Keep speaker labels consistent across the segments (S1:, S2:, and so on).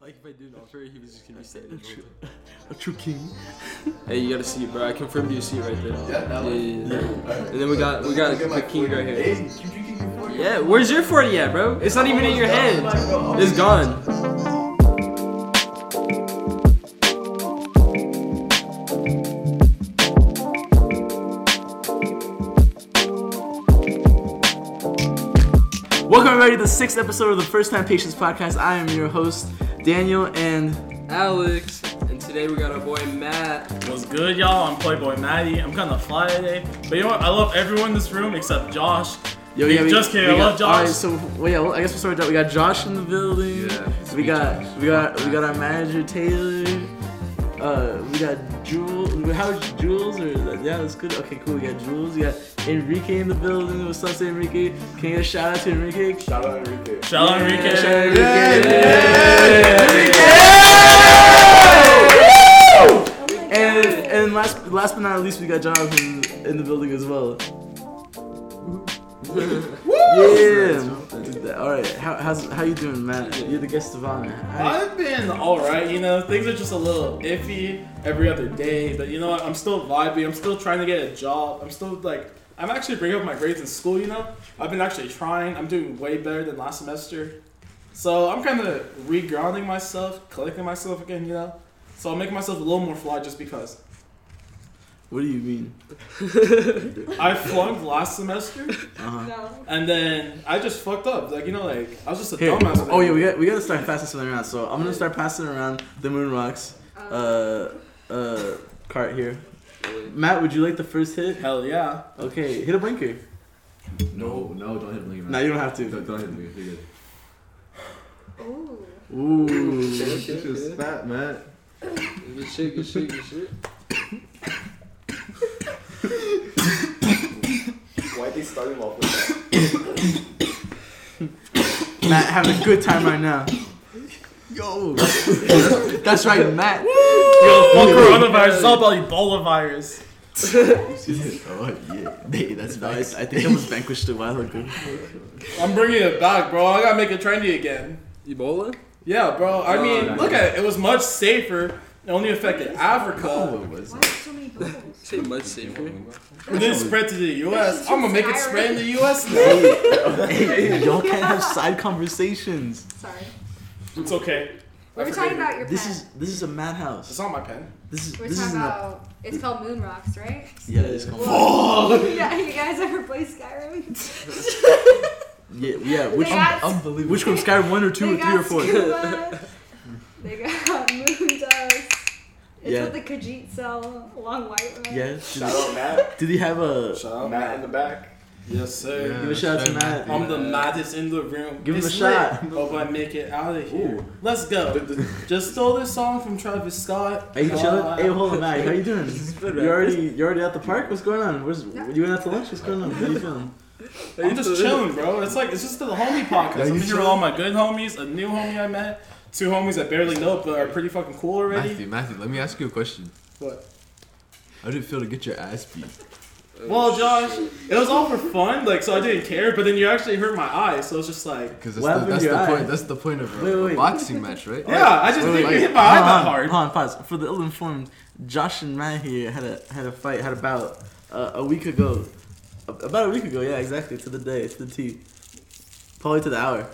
S1: Like if I did an offer, he was just gonna be sitting there.
S2: A true king.
S1: Hey, you got a seat, bro. I confirmed you a seat right there.
S3: Yeah, that
S1: yeah,
S3: was-
S1: yeah, yeah.
S3: Alright,
S1: And then we
S3: so
S1: got- we
S3: let's
S1: got
S3: look
S1: the
S3: at my
S1: king right
S3: 40.
S1: here.
S3: Hey, did you get your 40?
S1: Yeah, where's your 40 at, bro? It's not even in your hand. It's gone.
S2: Welcome everybody to the sixth episode of the First Time Patients Podcast. I am your host, Daniel, and
S1: Alex, and today we got our boy Matt.
S4: What's good, y'all? I'm Playboy Maddie. I'm kind of fly today, but you know what? I love everyone in this room except Josh.
S2: yo,
S4: Hey, just kidding, I
S2: got-
S4: love Josh.
S2: Alright, so well, yeah, well, I guess we'll start with Josh. We got Josh in the building.
S3: Yeah, it's
S2: we
S3: me,
S2: got
S3: Josh.
S2: we got we got our manager Taylor. Uh, we got Jules. How is Jules? Or yeah, that's good. Okay, cool. We got Jules. We got Enrique in the building. What's up, to Enrique? Can you get a shout out to Enrique?
S3: Shout out Enrique.
S4: Shout out
S2: Yeah, shout out
S4: Enrique.
S2: Enrique. And and last last but not least, we got Jonathan in the building as well. Yeah. All right. How how's, how you doing, Matt? You're the guest of honor. How-
S4: I've been alright, you know, things are just a little iffy every other day, but you know what? I'm still vibing. I'm still trying to get a job. I'm still like, I'm actually bringing up my grades in school, you know? I've been actually trying. I'm doing way better than last semester. So I'm kind of regrounding myself, collecting myself again, you know? So I'm making myself a little more fly just because.
S2: What do you mean?
S4: I flunked last semester,
S2: Uh-huh.
S4: and then I just fucked up. Like you know, like I was just a
S2: Here.
S4: dumbass. with
S2: Oh
S4: it.
S2: yeah, we got we gotta start passing something around. So I'm gonna start passing around the moon rocks. Uh uh cart here. Matt, would you like the first hit?
S4: Hell yeah!
S2: Okay, hit a blinker.
S3: No, no, don't hit Blinker.
S2: No, you don't have to.
S3: Don't, don't hit Blinker. You're
S5: Ooh.
S2: Ooh.
S3: good. This is fat, man.
S1: Good shit, good shit, good shit.
S3: Why they start him off with that?
S2: Matt having a good time right now. Yo. Oh, That's right, Matt.
S4: Yo, fuck coronavirus. It's all about Ebola virus.
S3: oh yeah, Hey, that's
S2: I, I
S3: nice.
S2: think I was vanquished a while ago.
S4: I'm bringing it back, bro. I gotta make it trendy again.
S1: Ebola?
S4: Yeah, bro. I
S1: No,
S4: mean,
S1: no,
S4: look at it. It was much safer. It only affected Africa.
S3: was
S5: Why so many bubbles?
S1: Say much safer.
S4: It didn't spread to the U.S. I'm gonna make it spread in the U.S. now.
S2: hey, y'all can't have side conversations.
S5: Sorry.
S4: It's okay.
S5: We were
S4: forgave
S5: talking
S4: you.
S5: about your
S2: This
S5: pen.
S2: is this is a madhouse.
S4: It's on my pen.
S2: This is
S5: We We're
S2: this is
S5: talking
S2: an ap-
S5: about. It's called Moon Rocks, right?
S2: yeah. It's called,
S5: yeah, you guys ever play Skyrim?
S2: yeah, yeah.
S5: They
S2: Which
S5: got-
S2: unbelievable. Which one? Skyrim one or two or three
S5: they got
S2: or four?
S5: Scuba, they got Moon Dust. It's
S2: Yeah.
S5: with the Khajiit cell, long white one.
S2: Yeah. Did,
S3: Shout out Matt.
S2: did he have a?
S4: Shout out,
S3: Matt in the back.
S4: Yes, sir.
S2: Give a shout out to Matt.
S4: I'm the maddest in the room.
S2: Give him
S4: It's
S2: a shot.
S4: lit. Hope I make it out of here.
S2: Ooh.
S4: Let's go. Just stole this song from Travis Scott.
S2: Hey, you
S4: Uh,
S2: chillin'? Hey, hold on, Matt. How you doing?
S1: good,
S2: You
S1: man.
S2: already you already at the park? What's going on? Where's
S5: No.
S2: you went out to lunch? What's going on? How you feeling?
S4: I'm just chilling, bro. It's like it's just the homie podcast.
S2: Yeah,
S4: I'm
S2: you
S4: here with all my good homies, a new homie I met, two homies I barely know but are pretty fucking cool already.
S6: Matthew, Matthew, let me ask you a question.
S4: What?
S6: How did it feel to get your ass beat?
S4: Well, Josh, it was all for fun, like so I didn't care. But then you actually hurt my eye, so it's just like,
S6: Because
S2: What
S6: that's, the, that's
S2: happened to
S6: the
S2: your eye?
S6: point. That's the point of a,
S2: Wait, wait,
S6: a
S2: wait.
S6: boxing match, right?
S4: yeah, I just
S6: Wait,
S4: think
S6: wait.
S4: you hit my eye
S2: Hold on,
S4: that hard.
S2: Hold on, pause. For the ill-informed, Josh and Matt here had a had a fight, had about uh, a week ago, A- about a week ago. Yeah, exactly. To the day, to the T, probably to the hour,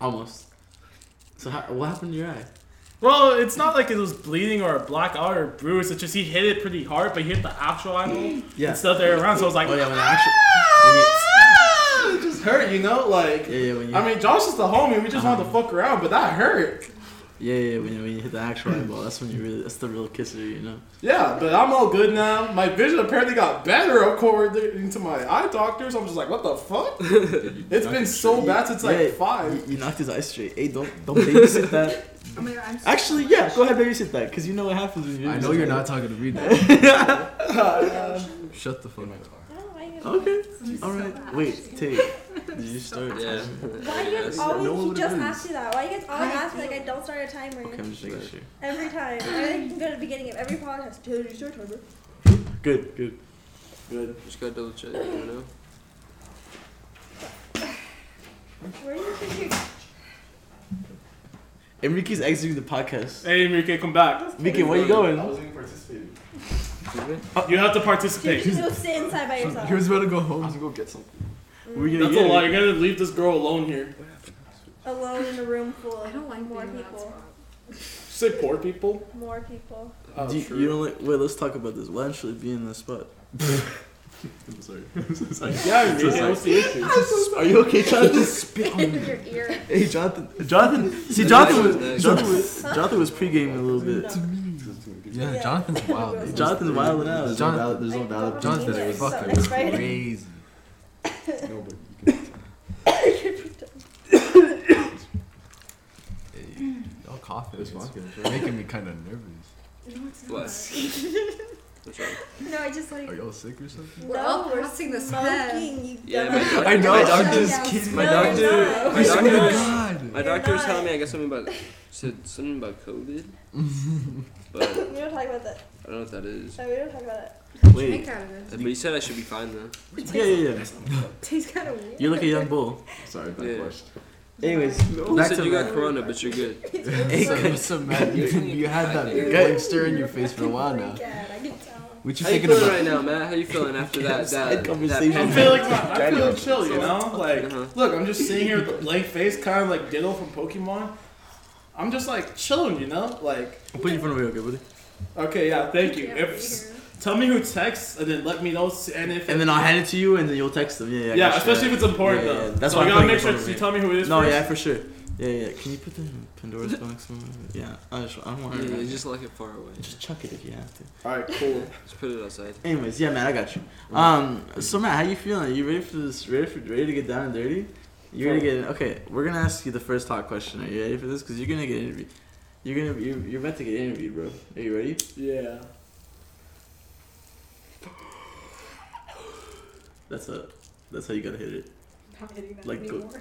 S2: almost. So how, what happened to your eye?
S4: Well, it's not like it was bleeding or a black eye or a bruise. It's just he hit it pretty hard, but he hit the actual eye hole
S2: Yeah.
S4: and stuff there around. So I was like,
S2: Oh yeah, when I actually. When you,
S4: it just hurt, you know? Like,
S2: yeah, yeah, when you,
S4: I mean, Josh is the homie. We just wanted to fuck around, but that hurt.
S2: yeah, yeah, when you, when you hit the actual eyeball, that's when you really, that's the real kisser, you know.
S4: Yeah, but I'm all good now. My vision apparently got better according to my eye doctor. So I'm just like, what the fuck? It's been so bad since like
S2: Yeah,
S4: five.
S2: You, you knocked his eye straight. Hey, don't, don't babysit that.
S5: Oh my god, I'm so
S2: Actually, yeah, go ahead, babysit that, cause you know what happens when you.
S6: I know
S2: babysit
S6: you're
S2: that.
S6: not talking to me now. Shut the fuck up.
S7: Oh,
S2: Okay.
S5: I'm so
S2: All right.
S5: bad.
S2: Wait, take. Did you start?
S1: Yeah.
S7: Why do you guys always
S3: No
S7: he
S3: one
S7: just
S3: knows.
S7: asked you that? Why do you guys always
S5: I
S7: ask me like
S5: do.
S7: I don't start a timer
S2: Okay, I'm just making sure.
S7: every time? I can go to the beginning of every podcast. Taylor, do you start a timer?
S2: Good, good.
S4: Good.
S1: Just gotta double check, you know?
S7: Where do you think you're
S2: Enrique's exiting the podcast.
S4: Hey, Enrique, come back.
S2: Enrique, where you going?
S3: I wasn't even participating.
S4: You have to
S7: Can you
S4: participate.
S7: just go sit inside by yourself?
S6: He was about to go home.
S3: go get some.
S2: Where you gonna
S4: That's a
S2: get
S4: lot.
S2: it?
S4: You're gonna leave this girl alone here.
S7: Alone in a room full of
S5: I don't like
S7: more
S5: being in that
S7: people.
S5: spot.
S4: Say poor people.
S7: More people.
S4: Oh,
S2: Do you,
S4: true.
S2: you don't like, wait, let's talk about this. Why should it be in this spot?
S6: I'm sorry.
S4: yeah, Enrique, what's the issue?
S2: Are you okay, Jonathan?
S7: Your ear.
S2: hey, Jonathan. Jonathan. See, Jonathan was,
S6: Next.
S2: Jonathan was, Jonathan was pre-gaming a little bit.
S6: Yeah,
S7: Yeah.
S6: Jonathan's wild. dude.
S2: Jonathan's wilding out.
S3: There's
S6: John-
S3: no valid. There's no
S7: I
S3: valid.
S7: don't
S6: Jonathan
S7: He's
S6: is
S7: like,
S6: fucking
S7: "Suck it, right?"
S6: crazy.
S3: No, but you can.
S6: Hey, y'all coughing.
S3: There's
S6: It's
S3: vodka.
S6: making me kind of nervous.
S7: No, it's
S1: Bless.
S7: not. No, I just like.
S6: Are y'all sick or something?
S7: No,
S5: We're all
S7: we're
S5: passing this test.
S7: smoking. You
S1: Yeah, my
S7: dumbass.
S1: doctor.
S6: I know,
S1: My
S6: I'm
S1: doctor.
S6: just kidding.
S1: My
S7: No,
S1: doctor.
S7: you're not.
S1: My
S6: I swear to
S1: doctor.
S6: God.
S1: My
S7: You're
S1: doctor was telling
S7: not.
S1: me I got something about said something about COVID, but I
S7: We don't talk about that.
S1: don't know what that is.
S7: No, we don't talk about that.
S2: Wait.
S5: Drink out of this.
S1: But you said I should be fine though.
S2: Yeah, yeah, yeah.
S5: Tastes kind of weird.
S2: You're like a young bull.
S3: Sorry,
S1: Yeah.
S3: backwash.
S2: Anyways,
S1: You
S2: back
S1: said
S2: to
S1: you
S2: the-
S1: got corona, but you're good.
S6: Hey, so, so Matt, you, you had that
S1: You're
S6: blank stare in your face for a while now.
S7: Yeah, I can tell.
S6: What you
S1: How you
S6: thinking
S1: feeling
S6: about?
S1: right now, Matt? How you feeling after that
S2: Side
S1: that
S2: conversation.
S4: I'm
S1: that?
S4: feeling, I'm feeling chill, you know? Like,
S1: Uh-huh.
S4: look, I'm just sitting here with a blank face, kind of like Ditto from Pokemon. I'm just like chilling, you know? Like,
S2: I'll put you in front of me, okay, buddy?
S4: okay, yeah, thank you.
S5: Yeah,
S4: If, tell me who texts and then let me know. s- And if
S2: And then I'll hand it to you, and then you'll text them. Yeah, yeah. I
S4: yeah,
S2: got you.
S4: especially if it's important
S2: Yeah, yeah,
S4: though.
S2: yeah. That's
S4: so
S2: why
S4: you
S2: I'm
S4: gotta
S2: putting it
S4: make sure
S2: over
S4: you
S2: it.
S4: tell me who it is.
S2: No,
S4: first.
S2: yeah, for sure. Yeah, yeah. Can you put the Pandora's box on? Yeah, I just, I don't want to.
S1: Yeah, just like it far away.
S2: just chuck it if you have to.
S4: Alright, cool.
S1: Just put it outside.
S2: Anyways, yeah, man, I got you. Um, so Matt, how you feeling? You ready for this? Ready for ready to get down and dirty? You ready to get? Okay, we're gonna ask you the first hot question. Are you ready for this? Cause you're gonna get interviewed. You're gonna you're, you're about to get interviewed, bro. Are you ready?
S4: Yeah.
S2: That's a that's how you gotta hit it.
S5: Not hitting that
S2: Like, go-
S5: anymore.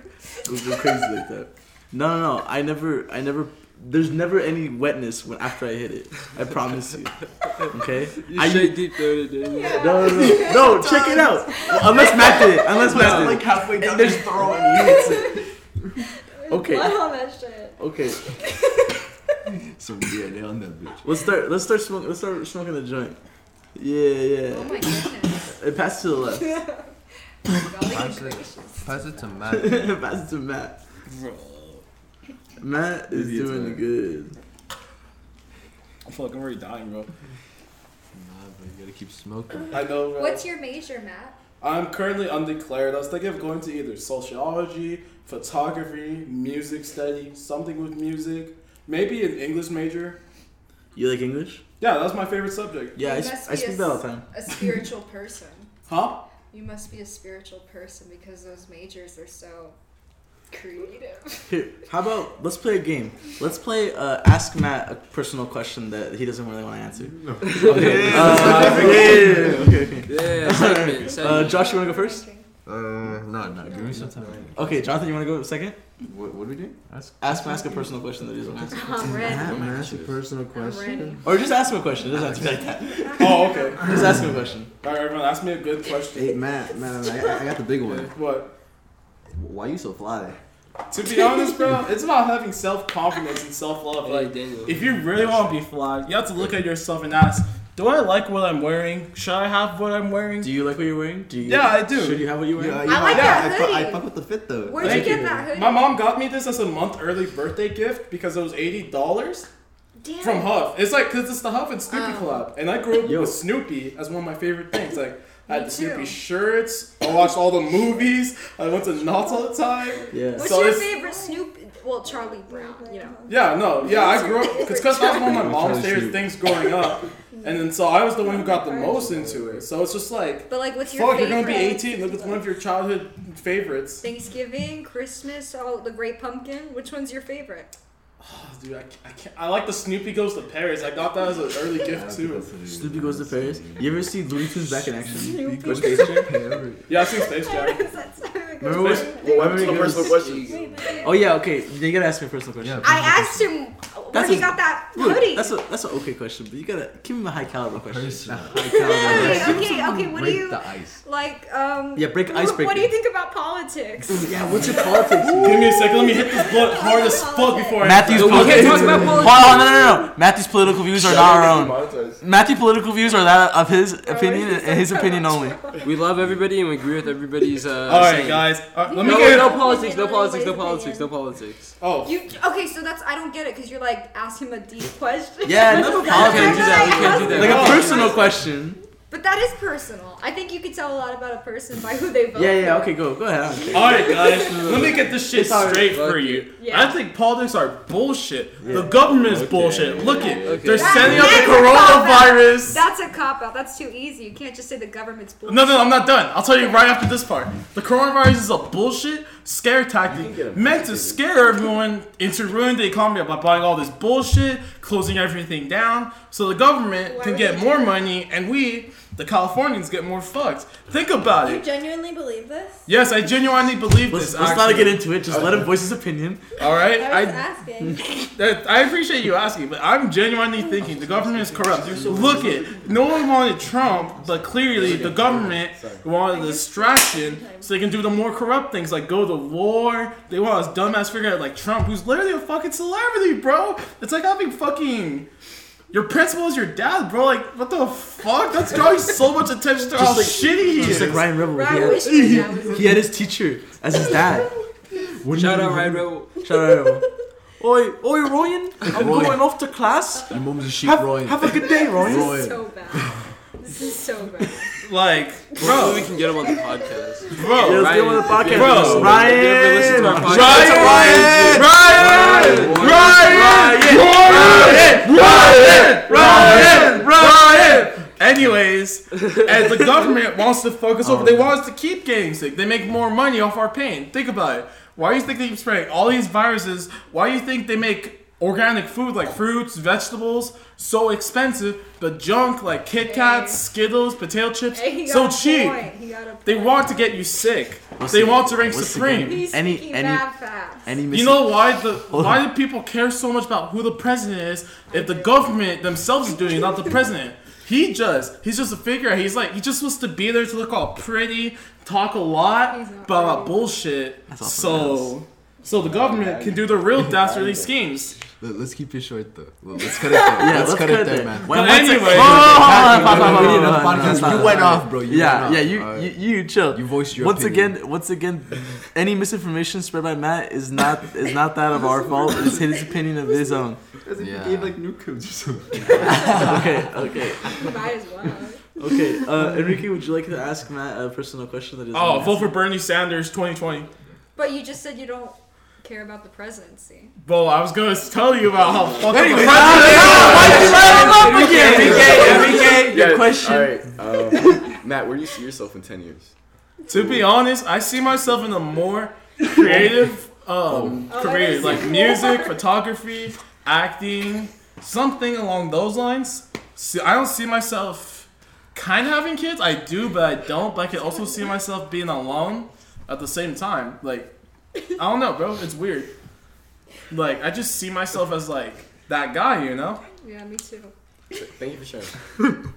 S2: Go, go crazy like that. No, no, no. I never, I never. There's never any wetness when after I hit it. I promise you. Okay.
S1: You
S2: I-
S1: shake deep throated, dude.
S2: No, no, no. No, check it out. Well, unless Matt did it. Unless Matt did it.
S3: halfway
S2: down, there's
S3: throwing
S7: There's
S2: Okay.
S7: blood on that shit.
S2: Okay,
S6: Some DNA on that bitch.
S2: let's start. Let's start smoking. Let's start smoking the joint. Yeah,
S5: Oh
S2: yeah.
S5: my goodness.
S2: It passed to the left.
S5: Golly
S6: Pass it.
S5: gracious.
S6: Pass it to Matt.
S2: it passed to Matt. Matt is
S6: Maybe it's
S2: doing
S6: Matt.
S2: good.
S4: I'm fucking already dying, bro.
S6: Nah, but you gotta keep smoking.
S4: I know, bro.
S5: What's your major, Matt?
S4: I'm currently undeclared. I was thinking of going to either sociology, photography, music study, something with music, maybe an English major.
S2: You like English?
S4: Yeah, that was my favorite subject.
S2: Yeah, I,
S5: You
S2: sp-
S5: must
S2: I
S5: be a
S2: speak that all
S5: s-
S2: the time.
S5: A spiritual person.
S4: Huh?
S5: You must be a spiritual person because those majors are so creative.
S2: Here, how about let's play a game. Let's play. Uh, ask Matt a personal question that he doesn't really want to answer. Okay.
S1: Yeah,
S2: uh, yeah, yeah, yeah, okay, okay.
S1: Yeah, segment,
S2: Uh,
S1: segment.
S2: Josh, you want to go first?
S6: Uh, no, no, give me some time.
S2: Okay, Jonathan, you want to go second?
S3: What, what are we doing?
S6: Ask
S2: Ask him ask a personal question that he doesn't answer.
S5: I'm ready.
S3: Matt, ask a personal
S5: I'm ready.
S3: question.
S2: Or just ask him a question. It doesn't have to be like that.
S4: Oh, okay.
S2: Just ask him a question.
S4: Alright, everyone, ask me a good question.
S3: Hey, Matt, Matt, Matt, I, I got the big one.
S4: What?
S3: Why you so fly?
S4: To be honest, bro, it's about having self confidence and self love.
S1: Hey,
S4: Like,
S1: Daniel.
S4: If you really want to be fly, you have to look at yourself and ask, do I like what I'm wearing? Should I have what I'm wearing?
S2: Do you like what you're wearing? Do you?
S4: Yeah, I do.
S2: Should you have what you wear?
S3: Yeah,
S2: wearing?
S3: yeah,
S5: like
S3: yeah,
S5: that
S3: I, fu- I
S5: hoodie.
S3: fuck with the fit though.
S5: Where'd
S4: Thank
S5: you get
S4: you.
S5: that hoodie?
S4: My mom got me this as a month early birthday gift because it was eighty dollars
S5: Damn.
S4: from Huff. It's like because it's the Huff and Snoopy
S5: Oh.
S4: collab, and I grew up
S2: Yo.
S4: with Snoopy as one of my favorite things. Like I had
S5: Me
S4: the Snoopy
S5: too.
S4: shirts. I watched all the movies. I went to Knots all the time.
S2: Yeah.
S5: What's
S4: So
S5: your
S4: it's-
S5: favorite Snoop? Well, Charlie Brown, you know.
S4: Yeah, no, yeah, I grew up because that was one of my mom's
S6: Charlie
S4: favorite
S6: Snoop.
S4: things growing up, and then so I was the one who got the most into it. So it's just like.
S5: But like, what's your
S4: Fuck, you're
S5: favorite?
S4: gonna be 18. Look, it's one of your childhood favorites.
S5: Thanksgiving, Christmas, all the Great Pumpkin. Which one's your favorite?
S4: Oh, dude, I, ca- I can't. I like the Snoopy goes to Paris. I got that as an early gift too.
S2: Snoopy goes to Paris. You ever see Looney Tunes back in action?
S6: Snoopy
S2: Which
S6: goes
S2: page?
S6: to Paris.
S4: Yeah, I seen Space Jam.
S2: Remember
S7: Remember
S2: what-
S7: what?
S2: Remember when he goes-
S3: question?
S2: Oh yeah, okay. You gotta ask me a personal question.
S6: Yeah.
S5: I asked him
S2: That's
S7: where he
S2: a-
S7: got that
S2: Look,
S7: hoodie.
S2: that's a that's an okay question, but you gotta give him a high caliber question.
S7: okay, okay, okay. What do
S6: Break
S7: you
S6: the ice.
S7: like? Um,
S2: Yeah, break
S7: wh-
S2: icebreaker.
S7: What do you think about politics?
S2: Yeah, what's your politics?
S4: Give me a second. Let me hit this blunt hard as fuck before I.
S2: Matthew's
S1: No, we
S2: political
S1: can't talk about
S2: Hold
S1: politics.
S2: on, no, no, no, no. Matthew's political views are not our own.
S8: Monetized.
S2: Matthew's political views are that of his opinion
S7: he's
S2: and his
S7: so
S2: opinion
S7: much
S2: only.
S1: We love everybody and we agree with everybody's. Uh,
S4: All right,
S1: saying.
S4: guys. All right, let me
S1: No,
S4: get.
S1: no politics, no
S7: Everybody's
S1: politics, no
S7: opinion.
S1: politics, no politics.
S4: Oh,
S7: You okay? So that's I don't get it because you're like ask him a deep question.
S2: Yeah, no politics.
S7: That's not
S2: We can't do that,
S1: we can't do
S7: like-
S1: that.
S2: Like a
S4: Oh.
S2: personal question.
S7: But that is personal. I think you could tell a lot about a person by who they vote.
S2: Yeah, yeah,
S7: for.
S2: okay, go, go ahead. I don't care.
S4: All right, guys. Let me get this shit
S2: alright.
S4: straight for you.
S7: Yeah.
S4: I think politics are bullshit. The government is bullshit. Look it. They're
S7: That-
S4: sending out the
S7: that is
S4: coronavirus.
S7: That's a cop out. That's too easy. You can't just say the government's bullshit.
S4: No, no, I'm not done. I'll tell you right after this part. The coronavirus is a bullshit scare tactic meant to scare everyone into ruining the economy by buying all this bullshit, closing everything down, so the government
S7: Why
S4: can
S7: would
S4: get
S7: they
S4: more money and we, the Californians, get more fucked. Think about
S7: You
S4: it.
S7: genuinely believe this?
S4: Yes, I genuinely believe
S2: Let's,
S4: this.
S2: let's not
S4: actually.
S2: get into it. Just let him voice his opinion.
S4: All right,
S7: I was
S4: I
S7: asking.
S4: That, I appreciate you asking, but I'm genuinely thinking the government is corrupt. Look it. No one wanted Trump, but clearly the government wanted a distraction so they can do the more corrupt things like go to war. They want this dumbass figure out like Trump, who's literally a fucking celebrity, bro. It's like having fucking. Your principal is your dad, bro. Like, what the fuck? That's drawing so much attention to how shitty he is.
S2: Just like Ryan Rebel.
S7: Right,
S2: he,
S7: I
S2: had,
S7: wish my dad was
S2: he had his teacher as his dad.
S1: Shout out Ryan Rebel.
S2: Shout out Rebel. Oi, oi, Ryan. I'm going off to class.
S6: Your mom's a sheep,
S2: Have,
S6: Roy.
S2: have a good day, Ryan.
S6: Roy.
S7: so bad. This is so bad.
S4: Like,
S1: Bro, we
S4: bro,
S1: can get him on the podcast.
S2: Yeah,
S4: bro.
S2: let's get on the
S1: Ryan,
S2: podcast.
S4: Bro.
S2: Listen,
S1: If you ever listen to our
S2: Ryan.
S1: podcast-
S4: Ryan! Ryan! Ryan! Ryan! Ryan! Ryan! Ryan! Anyways, as the government wants to focus over,
S2: Oh.
S4: they want us to keep getting sick. They make more money off our pain. Think about it. Why do you think they keep spraying all these viruses? Why do you think they make organic food like fruits, vegetables so expensive, but junk like Kit Kats, Skittles, potato chips
S7: Hey, he got
S4: so
S7: a
S4: cheap?
S7: Point. He got a point.
S4: They want to get you sick. They want to rank
S2: what's the
S4: supreme.
S2: game?
S7: He's
S2: Any-
S7: any, speaking
S2: any-
S7: mad fast.
S2: Any
S4: You
S2: missing-
S4: know why the why
S2: on.
S4: do people care so much about who the president is if the government themselves is doing it, not the president? He just he's just a figure. He's like he just wants to be there to look all pretty, talk a lot,
S7: He's not
S4: but about
S7: pretty.
S4: bullshit.
S2: That's awful,
S4: So so the government can do the real dastardly schemes.
S6: Let- Let's keep it short though. Well, Let's cut it there.
S2: Yeah,
S6: let's, cut, it there, man.
S2: When-
S4: But
S2: once it-
S4: anyway-
S2: Hold on,
S3: Oh,
S2: hold on,
S6: Back-
S2: hold on,
S6: we
S2: hold on,
S6: did
S2: hold
S6: enough
S2: on, hold on,
S6: podcast.
S2: hold on.
S6: You went off, bro. You
S2: yeah,
S6: went
S2: yeah,
S6: off.
S2: you,
S6: Alright.
S2: you you chill.
S6: You voiced your
S2: once
S6: opinion.
S2: again, once again, any misinformation spread by Matt is not is not that of our fault. It's his opinion of his own.
S8: As if
S6: Yeah.
S8: he gave like new codes or something.
S2: Okay, okay,
S7: You might as well.
S2: okay. Uh, Enrique, would you like to ask Matt a personal question that is?
S4: Oh, vote for Bernie Sanders 2020.
S7: But you just said you don't care about the presidency.
S4: Well, I was gonna tell you about how fucking the
S2: up again?
S8: Enrique,
S2: your question.
S8: Alright, um, Matt, where do you see yourself in 10 years?
S4: To be honest, I see myself in a more creative um,
S7: Oh, that
S4: career,
S7: is
S4: like
S7: cool.
S4: music, photography, acting, something along those lines. See, I don't see myself kind of having kids. I do, but I don't. But I can also see myself being alone at the same time. Like, I don't know, bro. It's weird. Like, I just see myself as like that guy, you know?
S7: Yeah, me too.
S8: Thank you for sharing.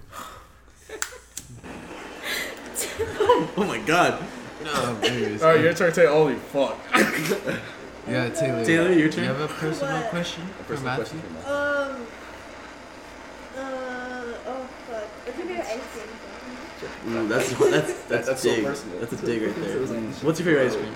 S2: Oh my God,
S6: Oh, anyways.
S4: All right, your turn to take Holy fuck.
S6: Yeah, Taylor.
S2: Taylor, your
S6: Do you
S2: turn.
S6: have a personal
S7: What?
S6: question
S8: A
S6: for
S8: personal
S6: Matthew?
S8: question for Matt.
S7: Um. Uh, oh fuck. It could be anything.
S2: Ooh, that's that's
S8: That-
S2: that's
S8: that's
S2: dig.
S8: so personal.
S2: That's a dig right there. What's your favorite ice cream?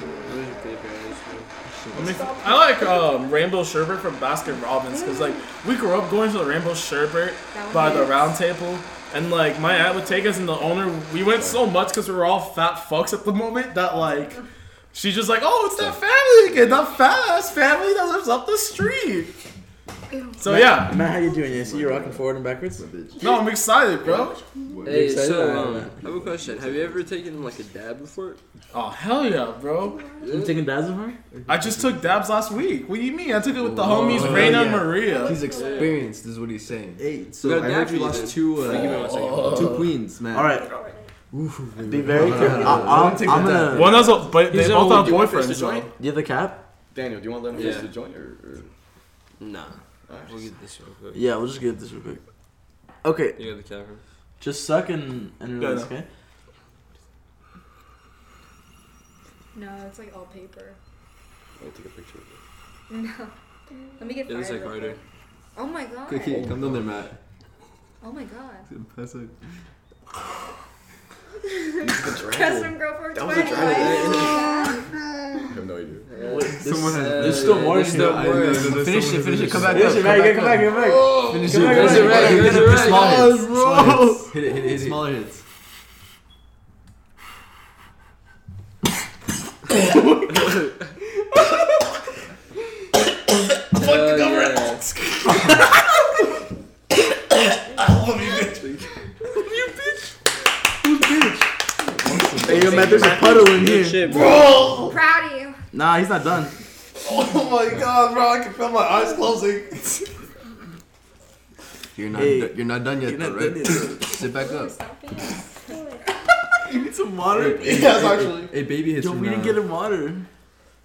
S4: I, mean, I like um, Rainbow Sherbet from Baskin Robbins because like we grew up going to the Rainbow Sherbet
S7: That one
S4: by the
S7: hits.
S4: Round Table, and like my aunt would take us and the owner. We went so much because we were all fat fucks at the moment that like she's just like, oh, it's that family again, that fast family that lives up the street. So yeah,
S2: Matt, how you doing? I see you rocking forward and backwards.
S4: no, I'm excited, bro.
S1: Hey, so um, I have a question. Have you ever taken like a dab before?
S4: Oh hell yeah, bro!
S2: You taking dabs of her?
S4: I just took dabs last week. What do you mean? I took it with the
S6: Whoa.
S4: homies,
S6: Hell
S4: Raina and
S6: yeah.
S4: Maria.
S6: He's experienced, is what he's saying.
S3: Hey,
S1: We
S3: so
S1: got
S3: I heard
S1: Daphne
S3: you lost
S1: then.
S3: two,
S1: Give me
S3: uh,
S1: one second.
S3: two queens, man.
S2: All right. Be very careful. I-
S3: I
S2: I'm,
S3: don't take
S2: I'm
S3: the
S2: gonna.
S4: One has a, but
S1: He's
S4: they
S1: the only
S4: both have
S1: one who wants to
S4: boyfriends. though.
S1: join?
S2: You have the cap?
S8: Daniel, do you want to let him finish
S1: Yeah.
S8: the joint or? or-
S1: Nah. We'll get this real quick.
S2: Yeah, we'll just get this real quick. Okay,
S1: You got the cavern.
S2: just suck and, and
S4: Yeah, I
S2: release,
S4: know.
S2: okay?
S5: No, it's like all paper.
S8: Let me take a picture of it.
S5: No. Let me get
S1: It
S5: fired.
S1: looks like
S5: real
S1: harder.
S5: quick. Oh my god.
S3: Okay, come down there, Matt.
S5: Oh my god.
S3: That's like,
S5: Custom girl for
S8: That was a
S5: 20.
S8: dragon.
S5: Yeah.
S8: I have no idea.
S2: Someone has-
S1: uh,
S2: there's still more
S1: There's
S2: in
S1: still
S2: here.
S1: more.
S6: Finish it, finish it. Come back
S2: Finish it,
S6: up.
S2: man. Come, back, come back, come back.
S6: Finish
S2: Come
S6: it.
S2: back,
S6: Finish
S2: come
S6: it.
S2: back.
S6: Finish
S1: Finish
S6: it.
S1: it.
S6: Small
S1: Yes,
S6: hits. Small hits. Hit it, hit it, hit it.
S3: smaller hits.
S1: Fuck yeah.
S2: Hey, yo, Matt, there's a puddle in
S1: Good
S2: here.
S1: shit, bro.
S5: Proud of you.
S2: Nah, he's not done.
S6: Oh my god, bro! I can feel my eyes closing.
S3: You're not,
S2: Hey.
S3: do- you're not done yet,
S2: You're not
S3: though, right?
S2: done yet.
S3: Sit back up.
S5: Stop being
S2: You need some water?
S6: yes, actually.
S3: Hey, baby hits
S2: Yo,
S3: from
S2: we didn't
S3: now.
S2: get him water.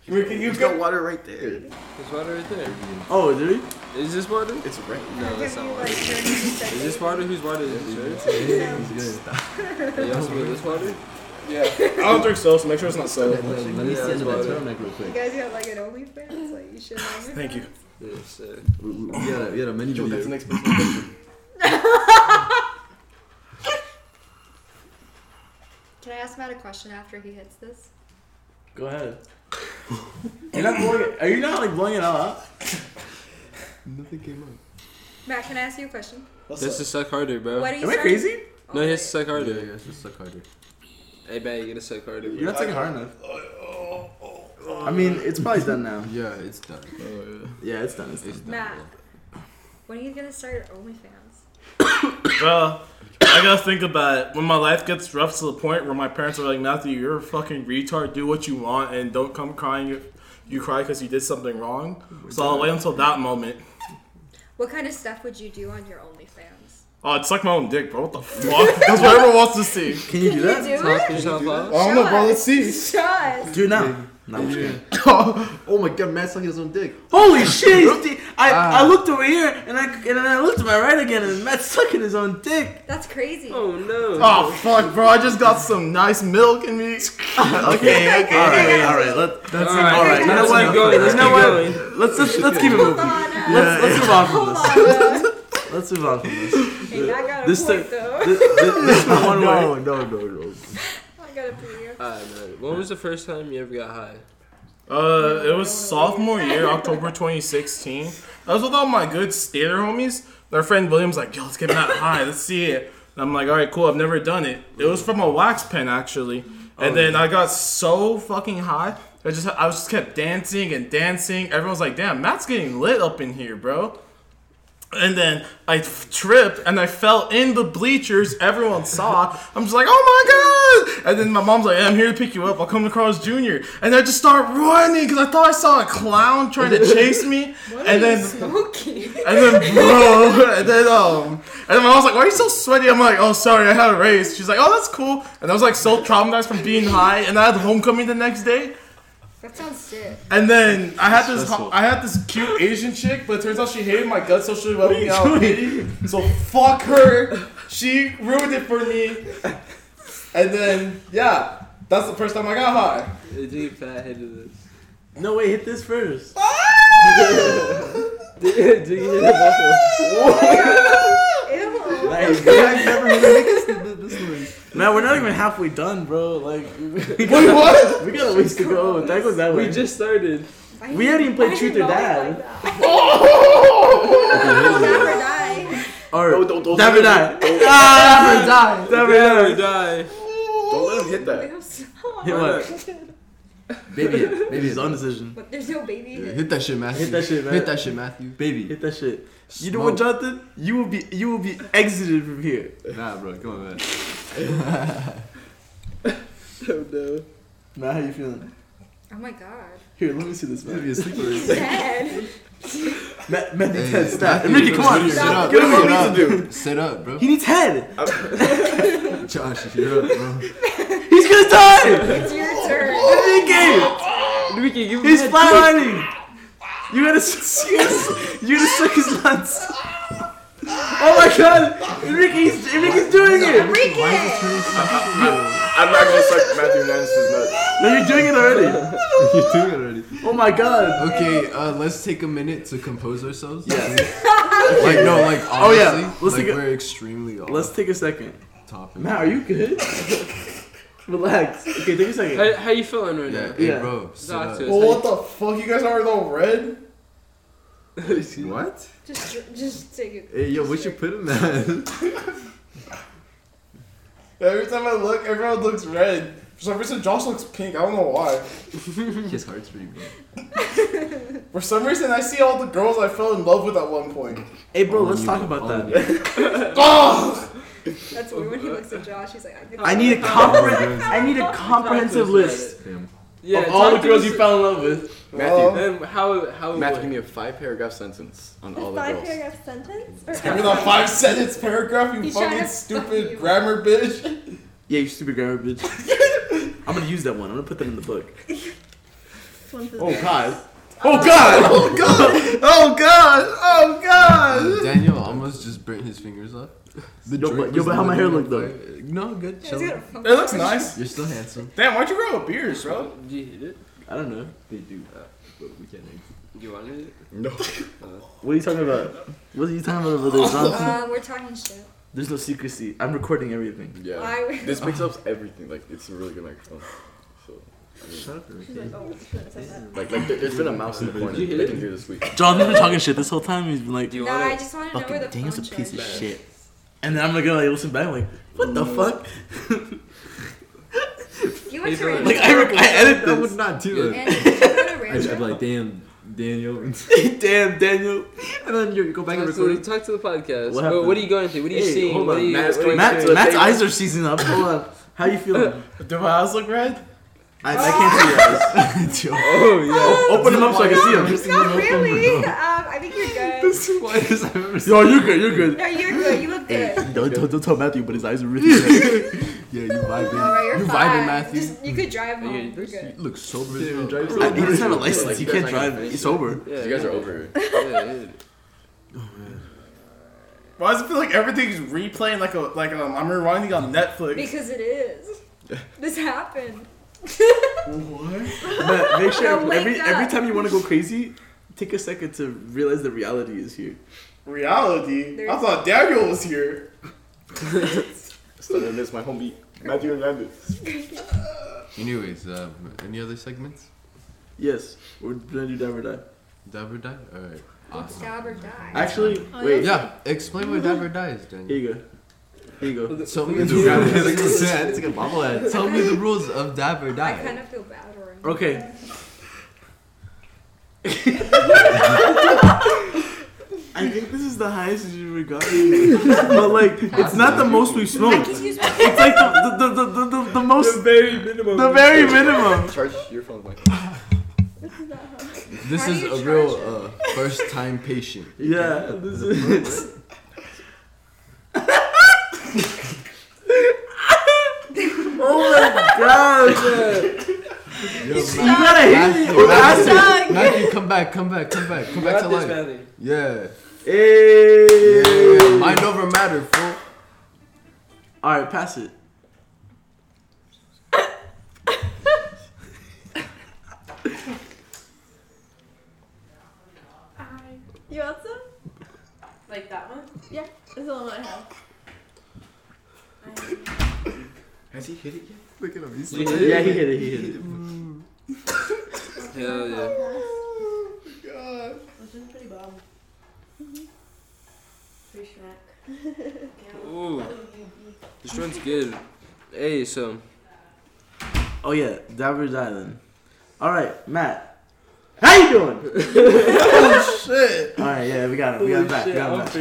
S4: We can, you
S8: It's
S4: can,
S8: got water right there.
S1: There's water right there.
S2: Oh, did we?
S1: Is this water?
S8: It's right.
S1: No, that's
S7: Give
S1: not
S7: you
S1: water.
S7: like 30
S1: Is
S7: seconds.
S1: this water? Whose water is this?
S3: It's good.
S1: Hey, y'all spill this water?
S4: yeah. I don't drink soda, so make sure it's not soda.
S3: Let me- Let
S1: Yeah,
S3: me stand in that
S1: that's
S3: turtleneck real
S5: You
S3: quick.
S5: guys got like an OnlyFans? Like, you should know.
S4: Thank you.
S1: Yes, uh,
S3: We we got a, we got a mini
S8: Yo, that's
S3: video.
S8: the next person.
S5: Can I ask Matt a question after he hits this?
S2: Go ahead. You're not blowing it. Are you not like blowing it all out?
S3: Nothing came up.
S5: Matt, can I ask you a question?
S4: What's
S1: This
S4: up?
S1: is suck harder, bro.
S5: What are you
S2: Am I
S5: starting-
S2: crazy?
S1: No, he has to
S5: Okay.
S1: suck harder.
S3: Yeah, yeah, it's just suck harder.
S1: Hey, man, you gotta suck harder,
S2: You're
S1: bro.
S2: not taking hard enough. I mean, it's probably done now.
S3: Yeah, it's done.
S2: Yeah, it's done. It's done.
S3: It's done.
S5: Matt, when are you gonna start your OnlyFans?
S4: Bro, I gotta think about it. When my life gets rough to the point where my parents are like, Matthew, you're a fucking retard. Do what you want and don't come crying if you cry because you did something wrong. So I'll wait until that moment.
S5: What kind of stuff would you do on your OnlyFans?
S4: Oh, it's like my own dick, bro. What the fuck? That's what everyone wants to see.
S2: Can you do
S5: Can
S2: that?
S5: you do it?
S1: Knock yourself off?
S4: I don't know, bro. Let's see.
S5: Show us.
S2: Do it now. No, I'm just kidding.
S3: oh my god, Matt's sucking his own dick.
S2: Holy shit! he's di- I,
S3: Ah.
S2: I looked over here and I and then I looked to my right again and Matt's sucking his own dick.
S5: That's crazy.
S1: Oh, no.
S4: Oh, fuck, bro. I just got some nice milk in me.
S2: Okay, okay, all right, all right. Let, that's all right.
S1: All right,
S2: You know
S1: let's
S2: what?
S1: keep going, let's
S2: you know
S1: keep
S2: what? Let's let's, let's keep it
S5: Hold
S2: moving.
S5: on. uh,
S2: Let's let's move on from
S5: Hold
S2: this.
S5: on. uh,
S2: Let's move on from this.
S5: Hey, I got a
S2: This
S5: point
S2: took-
S5: though.
S2: This, this, this is one
S3: no,
S2: way.
S3: no, no, no.
S5: I got a beer.
S1: Alright, man. When was the first time you ever got high?
S4: Uh, it was sophomore year, October 2016. I was with all my good theater homies. Our friend William's like, yo, let's get that high. Let's see it. And I'm like, all right, cool. I've never done it. It was from a wax pen, actually. And then I got so fucking high. I just, I was just kept dancing and dancing. Everyone's like, damn, Matt's getting lit up in here, bro. And then I f- tripped and I fell in the bleachers. Everyone saw. I'm just like, oh my god! And then my mom's like, "Yeah, I'm here to pick you up. I'll come to Carl's Jr. And I just start running because I thought I saw a clown trying to chase me. and then,
S5: Smoking.
S4: and then, bro, and then, um, and then my mom's like, why are you so sweaty? I'm like, oh, sorry, I had a race. She's like, oh, that's cool. And I was like so traumatized from being high. And I had homecoming the next day.
S5: That sounds sick.
S4: And then I had this I had this cute Asian chick, but it turns out she hated my guts, so she let me out. So fuck her. She ruined it for me. And then yeah, that's the first time I got high.
S1: Hey, Dude, fat head of
S2: No way, hit this first.
S5: Ah!
S1: this. Dude, dude, you hit the buckle.
S5: Ew.
S2: Nice.
S3: I've never heard of this, this noise.
S2: Matt, we're not even halfway done, bro. Like we got,
S4: what?
S2: we got a ways to go. That goes that way.
S1: We just started.
S5: Why
S2: We
S5: you-
S2: hadn't even played
S5: why you
S2: Truth or
S5: know I
S2: Dad.
S5: like that? I'll never die.
S2: All right.
S8: don't, don't,
S2: Never die. Ah, Never die.
S1: Never
S2: Never
S1: die.
S2: die.
S8: Don't let him hit that.
S5: I'm
S2: Hit
S5: sorry.
S2: what?
S3: Baby it. Baby
S2: Baby's
S3: it.
S2: own decision.
S5: But there's no baby
S3: Yeah,
S5: here.
S3: Hit that shit, Matthew.
S2: Hit that shit, Matt.
S3: Hit that shit, Matthew. Baby.
S2: Hit that shit. You know what,
S3: Smoke.
S2: Jonathan? You will be you will be exited from here.
S3: Nah, bro, come on, man.
S1: Oh, no.
S2: Matt, how you feeling?
S5: Oh my god.
S2: Here, let me see this, Matt.
S3: Maybe asleep already.
S5: Dead.
S2: Matt, Matt needs
S3: Hey,
S2: head. Stop.
S3: Matthew,
S2: Ricky,
S3: bro,
S2: come on.
S3: Sit up.
S2: Get him
S3: sit
S2: what
S3: up.
S8: we need
S3: Sit up, bro.
S2: He needs head.
S3: Josh, sit up, bro.
S2: He's gonna die.
S5: It's your turn.
S2: Ricky,
S1: Ricky, give me
S2: he's flatlining. You gotta, s- you gotta, s- you gotta suck his nuts. Oh my god! Enrique's, Enrique's doing it!
S7: Enrique!
S9: I'm not gonna suck Matthew Nance's nuts.
S2: No, you're doing it already.
S10: You're doing it already.
S2: Oh my god.
S3: Okay, uh, let's take a minute to compose ourselves.
S2: Yes.
S3: Like no, like honestly,
S2: Oh, yeah. Let's
S3: like
S2: take a-
S3: we're extremely off
S2: Let's take a second.
S3: topic.
S2: Matt, are you good? Relax. Okay, take a second.
S1: How, how you feeling right
S3: yeah,
S1: now?
S3: hey,
S2: Yeah. uh,
S3: bro. sit
S1: Talk
S3: up.
S1: to
S9: Well, what the fuck? You guys aren't all red? What?
S5: Just, dr- just take it.
S3: Hey, yo, what you put in that?
S4: Every time I look, everyone looks red. For some reason, Josh looks pink. I don't know why.
S3: His heart's pretty big.
S4: For some reason, I see all the girls I fell in love with at one point.
S2: Hey, bro,
S3: All
S2: let's
S3: Oh, you-
S2: talk about
S3: all
S2: that.
S4: Oh!
S5: That's weird when he looks at Josh. He's like, I, can
S2: I need a compre- I need a comprehensive list
S3: Damn.
S1: Yeah,
S2: of all the
S1: talk to
S2: girls
S1: us-
S2: you fell in love with.
S4: Um,
S9: Matthew.
S1: And how how
S9: Matthew,
S1: what?
S9: give me a five paragraph sentence on all
S7: A
S9: the
S7: five
S9: girls.
S7: paragraph sentence? Or
S4: Give me the five sentence paragraph, you
S5: He's trying
S4: fucking
S5: to
S4: stupid
S5: fuck you.
S4: grammar bitch.
S2: Yeah, you stupid grammar bitch. I'm gonna use that one. I'm gonna put that in the book.
S7: This one's a-
S2: Oh god. Oh god. Oh god. Oh god. Oh god.
S3: Uh, Daniel almost just burnt his fingers off. The
S2: Yo,
S3: joint
S2: but- yo,
S3: was
S2: but how my hair
S3: literally
S2: look,
S3: on fire. No, good.
S5: he's
S3: Chill.
S5: got a
S3: You're
S5: phone.
S4: It looks nice.
S3: still handsome.
S4: Damn, why'd you grow a beard, bro?
S1: Do you hate it?
S2: I don't know.
S3: They do, but we can't.
S1: Do you want it?
S9: No.
S2: What are you talking about? What are you talking about over there, Johnson?
S5: Uh, we're talking shit.
S2: There's no secrecy. I'm recording everything.
S9: Yeah.
S5: Why?
S9: This picks up everything. Like, it's a really good microphone. So,
S3: Shut up,
S7: She's like, oh, she wouldn't have said that.
S9: like, like there- there's been a mouse in the corner.
S1: You hit
S9: They
S1: it?
S9: can hear this week.
S2: Jonathan's been talking shit this whole time. He's been like,
S1: Do you
S5: No,
S1: want
S5: I
S1: it?
S5: just want to know where
S2: fucking
S5: the
S2: Daniel's a
S5: phone
S2: piece of
S5: charger is.
S2: shit. Mm. And then I'm gonna go like listen back like, what the fuck?
S5: You went
S1: Hey,
S5: to
S1: bro.
S5: random.
S2: Like I, rec- I edit
S3: I would
S2: this.
S3: not do it.
S5: Andrew, did you go to
S3: I'd, I'd be
S5: random?
S3: like, damn, Daniel. And
S2: Damn, Daniel.
S3: then you go back and
S1: Talk
S3: record
S1: to,
S3: it.
S1: talk to the podcast.
S2: What
S1: What, what,
S2: happened?
S1: are you going through? What are you
S2: Hey,
S1: seeing?
S2: hold
S1: what
S2: on.
S1: are you,
S9: Matt's
S1: what are you
S9: Matt's-
S1: doing?
S2: Matt's eyes are seizing up. Hold on. How you feeling?
S4: Do my eyes look red?
S2: I, I can't see your eyes.
S1: Oh yeah.
S2: Open them up so I can see them.
S5: Not really. Um, I think you're good.
S3: Why is that ever
S2: Yo, you're good. You're good.
S5: No, you're good. You look good.
S2: Don't, don't, don't tell Matthew, but his eyes are really red.
S3: Yeah, you
S5: All right, you're
S3: vibing.
S5: fine.
S3: You vibing, Matthew.
S5: Just, you could drive home.
S1: Yeah,
S5: You're
S1: there's-
S5: good.
S3: You look sober.
S9: Dude,
S3: as
S9: drive
S3: hell.
S9: slow.
S2: he doesn't have a
S9: Like,
S2: license. He
S9: you guys
S2: can't
S9: aren't
S2: drive.
S9: finished
S2: He's
S9: yet.
S2: sober.
S1: Yeah.
S9: You guys are over it.
S1: Yeah, yeah.
S4: Why does it feel like everything's replaying like a like um, I'm rewinding on Netflix?
S5: Because it is. This happened.
S2: Matt, make sure
S5: Now wake
S2: every, every
S5: up.
S2: time you want to go crazy, take a second to realize the reality is here.
S4: Reality. I
S5: There's-
S4: thought Daniel was here.
S9: Still gonna miss my homie, Matthew Hernandez.
S3: Anyways, uh, any other segments?
S2: Yes, we're gonna do dive or die.
S3: Dab or die? Alright.
S5: Let's
S3: Awesome.
S5: stab or die.
S2: Actually,
S7: Oh,
S2: wait.
S3: Yeah, explain what dab or die is,
S2: Here
S3: Daniel.
S2: you go. Here you go.
S3: Tell me the rules. It's like a bobblehead. Tell me the rules of dab or
S5: I
S3: die.
S5: kind of feel bad for him.
S2: Okay. I think this is the highest you've ever gotten. but like, it's not the most we've
S5: I
S2: smoked.
S5: can use my
S2: It's like the the, the, the, the, the most
S1: very minimum.
S2: the very minimum.
S9: Charge your phone, like.
S3: This
S5: How do
S3: is
S5: you
S3: a
S5: charge
S3: real
S5: it?
S3: uh, first time patient.
S2: Yeah, this is. oh my gosh!
S3: Yo,
S2: You
S3: Matthew,
S2: gotta hit me.
S3: Matthew,
S2: with
S3: Matthew,
S2: acid.
S3: Matthew, come back, come back, come back, come back to life. Yeah.
S2: Hey.
S3: yeah. Mind over matter, fool.
S2: All right, pass it.
S7: You want some?
S11: Like that one?
S7: Yeah, this is the one I have.
S9: Has he hit it yet?
S3: Look at him. He's
S1: You hit
S2: Yeah,
S1: it?
S2: he hit it. He hit it.
S1: Hell yeah. Oh
S11: This is pretty bomb. Pretty schmack.
S1: Ooh. This one's good. Hey, so
S2: Oh yeah, Dabbers Island. All right, Matt. How you doing?
S4: Shit.
S2: All right, yeah, we got him. We got him back. We got him back.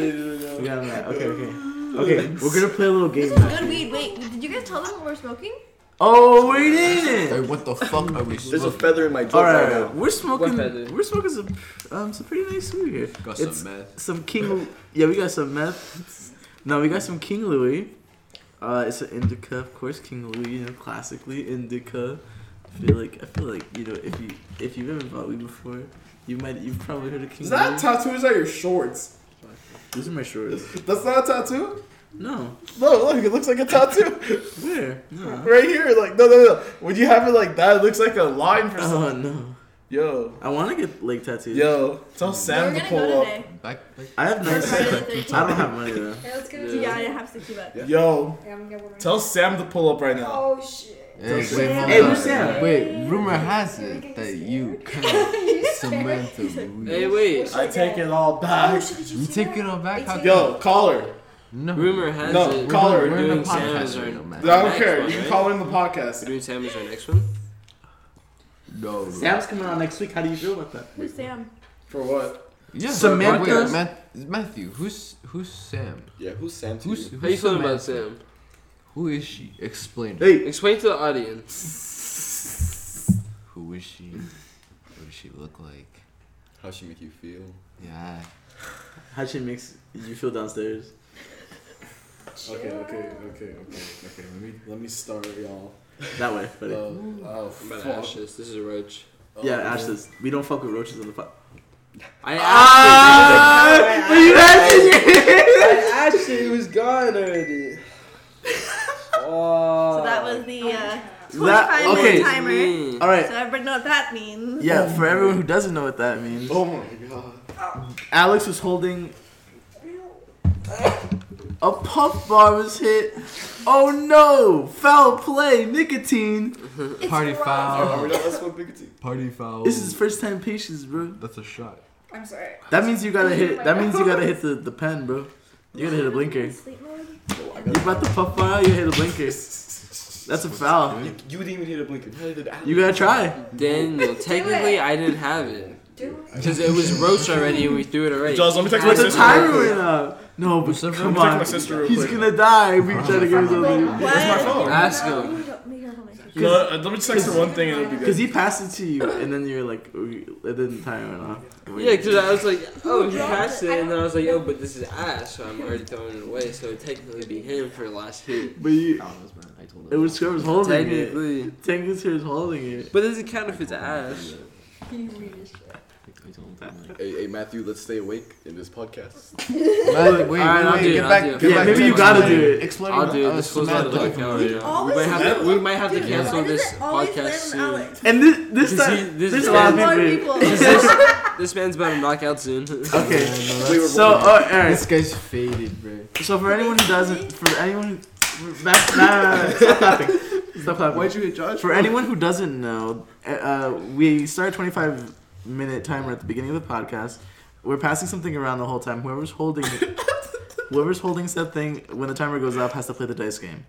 S2: We got him back. Okay, okay, okay. We're gonna play a little game.
S7: This is
S2: Matt.
S7: good weed. Wait, did you guys tell them what we're smoking?
S2: Oh, we did.
S3: Hey, what the fuck are we
S9: There's a
S3: smoking?
S9: feather in my
S2: All
S9: joint
S2: right,
S9: right now.
S2: we're smoking.
S1: feather?
S2: We're smoking some um some pretty nice weed here.
S3: Got
S2: It's-
S3: some meth.
S2: Some King. yeah, we got some meth. No, we got some King Louis. Uh, it's an indica, of course. King Louis, you know, classically indica. I feel like I feel like you know if you if you've ever bought weed before, You might. You've probably heard of King.
S4: Is that a
S2: Louis.
S4: tattoo? Is that your shorts?
S2: These are my shorts.
S4: That's not a tattoo.
S2: No.
S4: No, look, it looks like a tattoo
S2: Where? No.
S4: right here. Like no, no, no. When you have it like that, it looks like a line for something.
S2: Oh no.
S4: Yo,
S2: I want to get leg tattoos.
S4: yo, tell
S7: We're
S4: Sam to
S7: gonna
S4: pull
S7: go
S4: up.
S7: today.
S3: Back, back.
S2: I have
S7: We're
S2: nice.
S7: Friday
S2: I
S7: the 13th.
S2: don't have money though.
S5: Hey, let's go to
S7: Yeah, I have 60 bucks.
S4: Yo,
S5: Yeah, I'm gonna get one right
S4: tell Sam to pull up right now.
S5: Oh shit.
S3: Hey,
S4: shit.
S3: wait,
S7: Hey,
S3: hold on.
S2: where's Sam?
S3: Wait, rumor has
S5: Are we
S3: it
S5: getting
S3: that you
S5: scared?
S3: kind of
S5: You scared?
S3: Samantha Louis.
S1: Hey, wait.
S4: I take it all
S5: Oh
S4: back.
S5: shit, did you
S3: You
S5: see
S3: take
S5: that?
S3: it all back?
S5: They
S3: How
S5: take-
S4: Yo, call her.
S3: No.
S1: Rumor has
S4: No,
S1: it.
S4: call her.
S1: We're
S3: We're in
S1: doing
S3: the
S1: Sam's
S3: podcast
S1: right
S3: right now,
S1: now.
S4: I
S3: man.
S4: don't care.
S1: Next
S4: You
S1: one,
S4: can
S1: right?
S4: call her in the
S1: We're
S4: podcast.
S1: doing Sam as our next one.
S3: No. bro.
S2: Sam's coming out next week. How do you feel about that?
S7: Who's Sam?
S4: For what?
S3: Yeah,
S2: Samantha?
S3: Wait, wait, Math- Matthew, who's who's Sam?
S12: Yeah, who's Sam to
S3: Who's,
S12: you?
S3: who's
S1: How you feeling about
S3: Samantha?
S1: Sam?
S3: Who is she? Explain. her.
S2: Hey.
S1: Explain to the audience.
S3: Who is she? What does she look like?
S12: How she make you feel?
S3: Yeah.
S2: How she makes you feel downstairs?
S4: Okay, okay, okay, okay, okay. Let me let me start, y'all.
S2: That way, buddy.
S4: Oh, oh,
S1: I'm about
S4: fuck.
S1: to ash this. This is a roach.
S4: Oh,
S2: yeah,
S4: man.
S2: Ashes. We don't fuck with roaches on the pod.
S1: I
S2: Ah! But you
S1: I asked it. It was gone already.
S4: Uh,
S7: So that was the uh, 25
S2: That- okay.
S7: minute timer.
S2: All right.
S7: So everybody know what that means.
S2: Yeah, for everyone who doesn't know what that means,
S4: Oh my god.
S2: Alex was holding. A puff bar was hit. Oh no! Foul play, nicotine.
S7: It's
S3: Party
S7: gross.
S12: Are we
S3: foul.
S12: not that's what bigotry?
S3: Party foul.
S2: This is first time patience, bro.
S3: That's a shot.
S5: I'm sorry.
S2: That means you gotta hit. That means you gotta hit the, the pen, bro. You gotta hit a blinker.
S7: Sleep mode.
S2: You brought the puff bar out. You hit a blinker. That's a foul.
S12: You, you didn't even hit a blinker. Neither did Alex.
S2: You gotta try.
S1: Daniel, technically, I didn't have it
S5: Do it.
S1: because it was roach already, and we threw it already.
S4: Jaws, let me text my
S2: But the
S4: sister.
S2: timer went up. No, but
S3: What's up,
S2: come
S4: bro? Check my
S2: on.
S4: sister real
S2: He's
S4: quick.
S2: gonna die. if We try to get his own.
S7: What?
S4: That's my phone.
S1: Ask
S7: No,
S1: him.
S7: you don't- you don't wanna do
S4: No, uh, let me just text her one thing and it'll be
S2: Cause
S4: good.
S2: he passed it to you, and then you're like, oh, you- and then the timer went off.
S1: Yeah, because I was like, oh, he
S7: dropped
S1: passed
S7: it?
S1: it, and then I was like, oh, but this is ash, so I'm already throwing it away, so it would technically be him for last hit.
S2: But you,
S3: I was man. I told
S2: it was whoever's holding it.
S1: Technically.
S2: Tengus here is holding it.
S1: But does it count if it's ash?
S3: I told him.
S12: Hey, hey, Matthew, let's stay awake in this podcast.
S3: Wait, wait,
S1: Alright, I'll
S3: wait.
S1: do it,
S3: Get
S1: I'll
S3: back.
S1: do it.
S3: get
S2: Yeah,
S3: back
S2: maybe
S3: to
S2: you
S3: the
S2: gotta
S3: explainer.
S2: do it.
S3: Explaining,
S1: I'll do it.
S3: uh,
S1: This was not
S3: Samantha.
S1: dark out
S7: that.
S1: now. We might have to, we might have to
S7: Dude,
S1: cancel
S7: why does
S1: this
S7: it always
S1: podcast
S7: land on
S1: soon.
S7: Alex?
S2: And this this
S1: This
S2: time,
S1: is- this
S2: there's
S1: is
S2: a lot
S7: More
S2: of people.
S7: people.
S1: Because this, this man's about to knock out soon.
S2: Okay,
S12: We were
S2: so
S12: wrong.
S2: uh, all right.
S3: This guy's faded, bro.
S2: So for anyone who doesn't, for anyone, who, we're back, nah, nah, nah, nah, stop clapping, stop clapping.
S3: Why'd you hit Josh?
S2: For anyone who doesn't know, uh, uh, we start a 25 minute timer at the beginning of the podcast. We're passing something around the whole time. Whoever's holding whoever's holding said thing when the timer goes off has to play the dice game.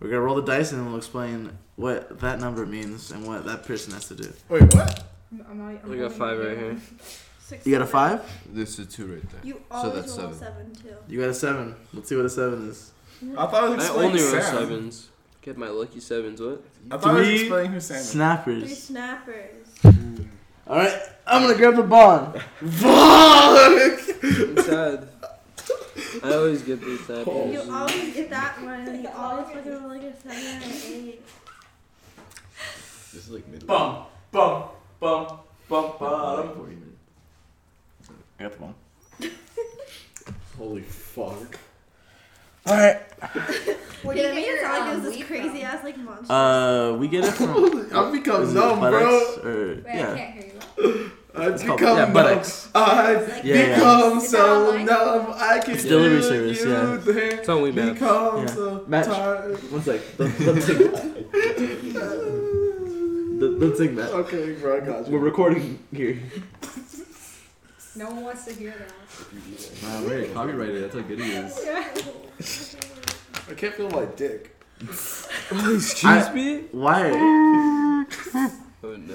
S2: We're gonna roll the dice and we'll explain what that number means and what that person has to do.
S4: Wait, what?
S5: I'm, I'm not, I'm
S1: We got
S5: holding
S1: five
S5: it.
S1: right here.
S7: Six,
S2: You got a
S7: seven.
S2: five.
S3: This is two right there.
S7: You always
S3: that's
S7: roll
S3: seven.
S7: seven too.
S2: You got a seven. Let's see what a seven is.
S4: I thought it was
S1: I
S4: explaining
S1: only roll
S4: Sam.
S1: sevens. Get my lucky sevens. What?
S4: I thought it was
S2: Three.
S4: explaining who Sam is.
S7: Three
S2: Snappers.
S7: snappers.
S2: All right, I'm gonna grab the bond.
S1: I'm sad. I always get these
S7: You
S1: happy.
S7: always get that one. You always fucking roll like a seven or an eight.
S12: This is like middle.
S4: Bum, bum, bum, bum, bum.
S2: I got the bond.
S12: Holy fuck.
S2: All right.
S5: Where do
S7: Yeah,
S5: you
S7: I mean,
S5: get
S7: it's
S5: your
S7: not like it
S5: um,
S7: was
S5: weed
S7: this crazy
S5: from?
S7: ass like monster.
S2: Uh, we get it from.
S4: I've become
S2: is it
S4: numb, bro.
S2: buttocks Or,
S5: Wait, I
S2: yeah.
S5: can't hear you.
S4: I've
S2: It's called-
S4: become
S2: yeah,
S4: numb.
S2: buttocks.
S4: I've
S5: Like,
S2: Yeah, yeah.
S4: become
S5: Is that
S4: so
S5: online?
S4: numb. I can
S2: It's delivery
S4: do
S2: service,
S4: you
S2: yeah.
S4: there.
S1: It's on WeMap.
S4: Become
S2: Yeah.
S4: so
S2: Match.
S4: tired.
S2: One sec. Don't, don't sing that. don't, don't sing that.
S4: Okay, bro, I got you.
S2: We're recording here.
S5: No one wants to hear
S4: Oh,
S5: that.
S3: Nah, wait, copyrighted. That's how good he is.
S4: I can't feel my dick.
S1: Excuse me?
S2: Why?
S1: Oh no.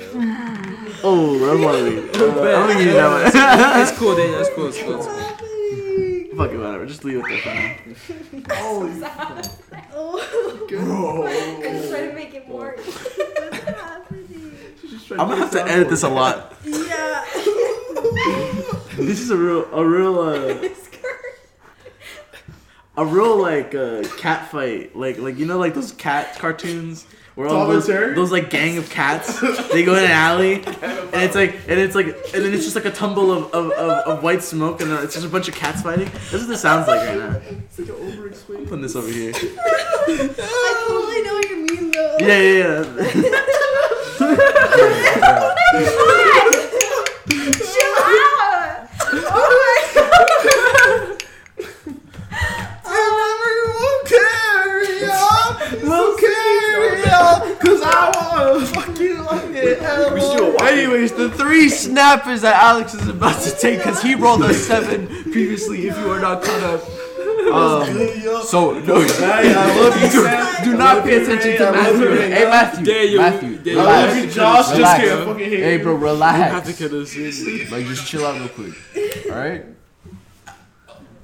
S2: Oh, where was we? Uh, I don't even know it.
S1: It's cool, Dana. It's cool. It's cool. It's cool.
S2: Fuck it, whatever. Just leave it there for now.
S5: Oh. I just try to make it
S4: oh,
S5: work.
S7: What's happening?
S2: I'm gonna have to edit this a lot.
S7: Yeah.
S2: This is a real, a real, uh, a real like uh, cat fight. Like, like you know, like those cat cartoons We're all those,
S4: Solitary?
S2: those like gang of cats. They go in an alley, and it's like, and it's like, and then it's just like a tumble of, of, of, of white smoke, and then it's just a bunch of cats fighting. That's what this sounds like right now.
S8: It's like an over
S2: I'm putting this over here.
S7: I totally know what you mean though.
S2: Yeah, yeah, yeah.
S7: Chill out. Oh my god.
S2: We'll carry on, cause I wanna fuck you like it.
S8: We should do a wide
S2: Anyways, the three snappers that Alex is about to take, cause he rolled a seven previously. If you are not caught up, um, so no,
S4: I love you, Sam.
S2: do not pay attention to Matthew. Hey Matthew,
S1: Dare you.
S3: Matthew,
S1: Dare you.
S4: I love you,
S3: relax.
S4: Josh. Just
S3: Relax.
S4: can't fucking hate
S3: Hey,
S4: you.
S3: bro,
S1: have to
S3: relax.
S1: kill this. seriously.
S3: Like, just chill out real quick. All right?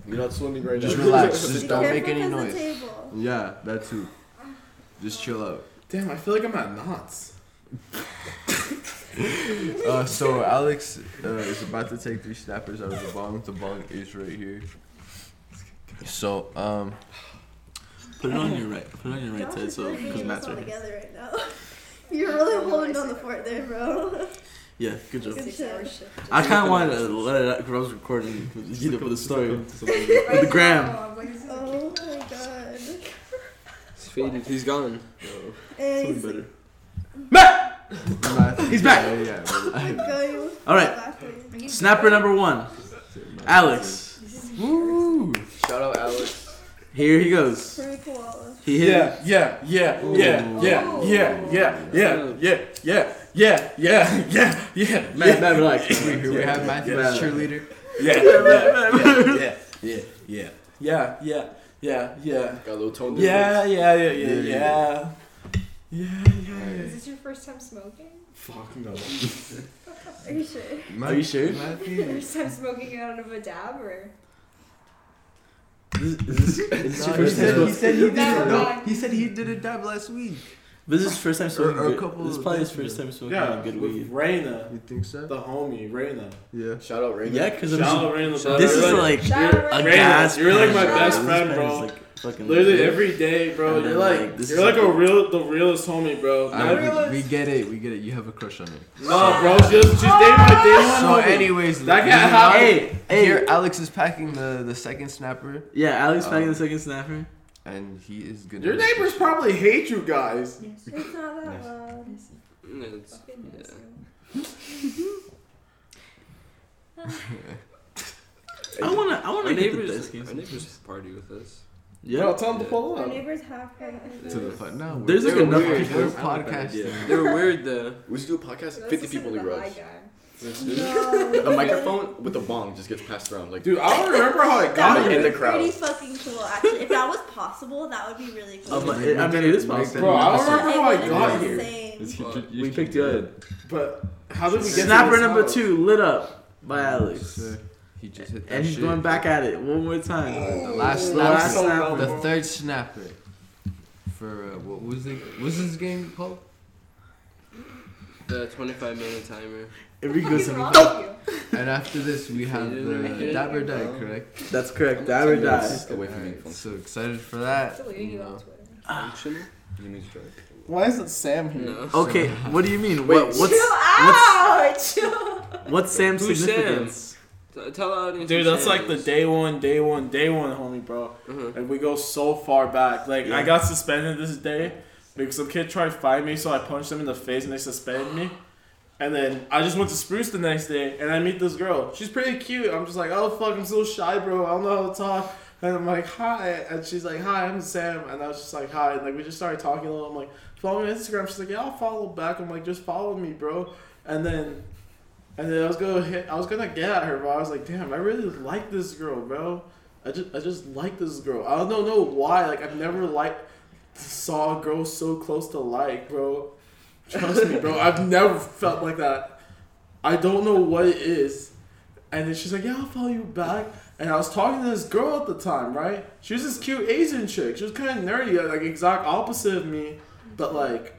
S8: You're not swimming right
S3: Just
S8: now.
S3: relax. Just don't
S13: Careful
S3: make any
S13: 'cause the
S3: noise.
S13: table.
S3: Yeah, that too. Just chill out.
S4: Damn, I feel like I'm at knots.
S3: Uh, so Alex uh, is about to take three snappers out of the bong. The bong is right here. So um,
S2: Put it on your right. Put it on your right
S7: Josh
S2: side,
S7: is
S2: so
S7: really
S2: cause
S7: getting
S2: Matt's
S7: us all
S2: right. here.
S7: together right now. You're really holding down the fort there, bro.
S2: Yeah, good job.
S7: Good
S5: Six hour shift.
S2: I kind of wanted to let it out because I was recording. You know, for the story.
S8: It's
S2: With the gram.
S13: Oh, I was like, this is a
S7: Oh my god.
S1: He's faded. He's gone.
S7: And he's
S2: better.
S3: Matthew-
S2: He's back.
S3: Yeah, yeah, relax.
S7: going.
S2: All right. Snapper number one, Alex. Woo!
S8: Shout out Alex.
S2: Here he goes.
S7: Pretty koala.
S2: He hit.
S4: Yeah, yeah, yeah, yeah, yeah,
S5: Oh.
S4: yeah, yeah, yeah, yeah, yeah, yeah, yeah, yeah, yeah,
S2: Matt, Matt, relax.
S3: Wait, here we have Matthew's
S2: yeah.
S3: cheerleader.
S4: yeah, yeah, yeah, yeah, yeah, yeah, yeah, yeah.
S8: Got a little tone
S4: Yeah, yeah, yeah, yeah, yeah. Yeah, yeah, yeah.
S5: Is this your first time smoking?
S4: Fuck no.
S7: Are you sure?
S2: Are you sure?
S3: Matthew.
S5: First time smoking out of a dab or?
S2: This, this, this is your
S3: he
S2: first
S3: said
S2: time.
S3: he said he did
S5: Never
S3: it. No,
S5: mind.
S3: he said he did it dab last week.
S2: This is his first time smoking.
S3: Or- or a
S2: good-
S3: couple
S2: this is
S3: of
S2: probably his
S3: days
S2: first time smoking
S4: Yeah,
S2: good
S4: with
S2: weed.
S4: Raina,
S3: You think so?
S4: the homie, Raina.
S3: Yeah.
S8: Shout out Raymond.
S2: Yeah, because
S4: Shout out Raina.
S1: Shout out
S2: this is
S1: Raina.
S2: like
S5: Shout out
S2: a
S4: Raina,
S2: gas.
S4: you're like my
S2: pen,
S4: best
S2: This
S4: friend,
S2: pen
S4: bro.
S2: is, like, fucking
S4: Literally every day, bro.
S2: And
S4: You're
S2: then,
S4: like,
S2: like, this
S4: you're
S2: is
S4: like a
S2: like-
S4: real, the realest homie, bro.
S3: I-
S4: Not realest-
S3: we, we get it. We get it. You have a crush on him.
S4: No, bro. She's, she's dating my day one
S3: So,
S4: homie.
S3: anyways,
S4: That
S3: ladies
S4: guy
S3: and
S4: have-
S3: gentlemen,
S2: Hey, hey.
S3: here Alex is packing the the second snapper,
S2: yeah,
S4: Oh.
S2: Alex back in
S3: Um,
S2: the second snapper.
S3: and he is gonna.
S4: Your neighbors probably hate you guys.
S7: It's not that loud.
S1: Mm, It's, yeah.
S2: I wanna, I
S1: Our
S2: wanna get the dice
S1: neighbors.
S2: games.
S1: Our neighbors party with us.
S4: Bro,
S2: Yeah,
S4: tell them to pull
S7: Our
S4: up.
S7: neighbors have problems.
S3: to the fun. No,
S2: there's
S3: we're,
S2: like
S8: They're
S2: enough
S8: weird.
S2: people.
S3: we're
S8: They're
S3: podcasting.
S1: They were weird though.
S8: We should do a podcast. Fifty people in rows.
S7: No.
S8: A microphone with a bong just gets passed around. Like,
S4: Dude, I don't remember how it
S7: That
S4: got
S7: would
S8: in
S4: here.
S8: the
S7: be
S8: crowd.
S7: Pretty fucking cool, actually. If that was possible, that would be really
S2: Um,
S7: cool.
S2: I mean, it is possible.
S4: Bro, I don't
S7: But
S4: remember how I
S7: wouldn't
S4: got
S7: be the
S4: here.
S7: same.
S2: we picked you up.
S4: But how did we get to
S2: Snapper
S4: this
S2: number
S4: house?
S2: two lit up by Alex,
S3: So, He just hit that
S2: and he's
S3: shit.
S2: going back at it one more time.
S4: Oh.
S3: The last
S2: The
S3: snapper.
S2: last snapper.
S3: The third snapper. For uh, what was it? What's this game called?
S1: The 25 minute timer.
S2: If he goes, something-
S3: And after this, we have the dab or die, correct?
S2: that's correct. Die or die.
S8: away from me.
S3: Alright, So excited for that.
S5: Deleting
S3: You
S5: you on
S3: know.
S5: Twitter.
S8: Function. You mean strike.
S4: Why isn't Sam here?
S1: No.
S2: Okay, what do you mean?
S1: Wait,
S2: What, what's, what's
S7: Ouch!
S2: what's Sam's
S1: Who's Sam?
S2: significance?
S1: T- tell the audience.
S4: Dude,
S1: who
S4: that's
S1: Sam
S4: like the
S1: is.
S4: day one, day one, day one, homie, bro.
S1: Mhm.
S4: And we go so far back. Like I
S2: Yeah.
S4: got suspended this day because some kid tried to fight me, so I punched him in the face and they suspended me. And then I just went to Spruce the next day and I meet this girl. She's pretty cute. I'm just like, oh fuck, I'm so shy, bro. I don't know how to talk. And I'm like, hi. And she's like, hi, I'm Sam. And I was just like, hi. And like we just started talking a little. I'm like, follow me on Instagram. She's like, yeah, I'll follow back. I'm like, just follow me, bro. And then and then I was gonna hit, I was gonna get at her, but I was like, damn, I really like this girl, bro. I just I just like this girl. I don't know why. Like I've never like saw a girl so close to like, bro. Trust me, bro. I've never felt like that. I don't know what it is. And then she's like, yeah, I'll follow you back. And I was talking to this girl at the time, right? She was this cute Asian chick. She was kind of nerdy, uh, like exact opposite of me. But like,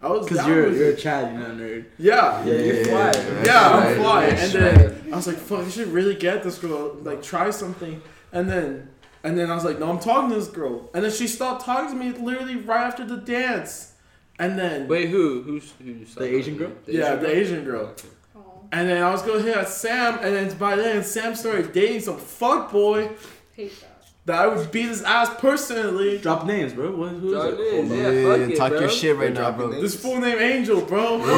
S4: I was
S2: Because
S4: down
S2: you're
S4: with
S2: you're a
S4: it.
S2: Chad, you're not a nerd.
S4: yeah,
S2: Yeah,
S3: yeah,
S2: fly.
S3: yeah,
S4: yeah, I'm
S3: Right,
S4: fly.
S3: right,
S4: And then I was like, fuck, I should really get this girl. Like, try something. And then, and then I was like, no, I'm talking to this girl. And then she stopped talking to me literally right after the dance. And then
S1: Wait, who? Who's who? you saw?
S2: The Asian girl?
S4: yeah, the Asian girl.
S5: Oh,
S4: And then I was gonna hit at Sam, and then by then Sam started dating some fuck boy
S5: hate that.
S4: that I would beat his ass personally.
S2: Drop names, bro. What, who is
S1: Girl.
S2: it?
S1: Is.
S6: Yeah,
S1: Yeah, fuck it,
S6: talk
S1: bro.
S6: your shit right
S3: We're
S6: now,
S3: dropping
S6: bro.
S4: This full name Angel, bro.
S6: Hey.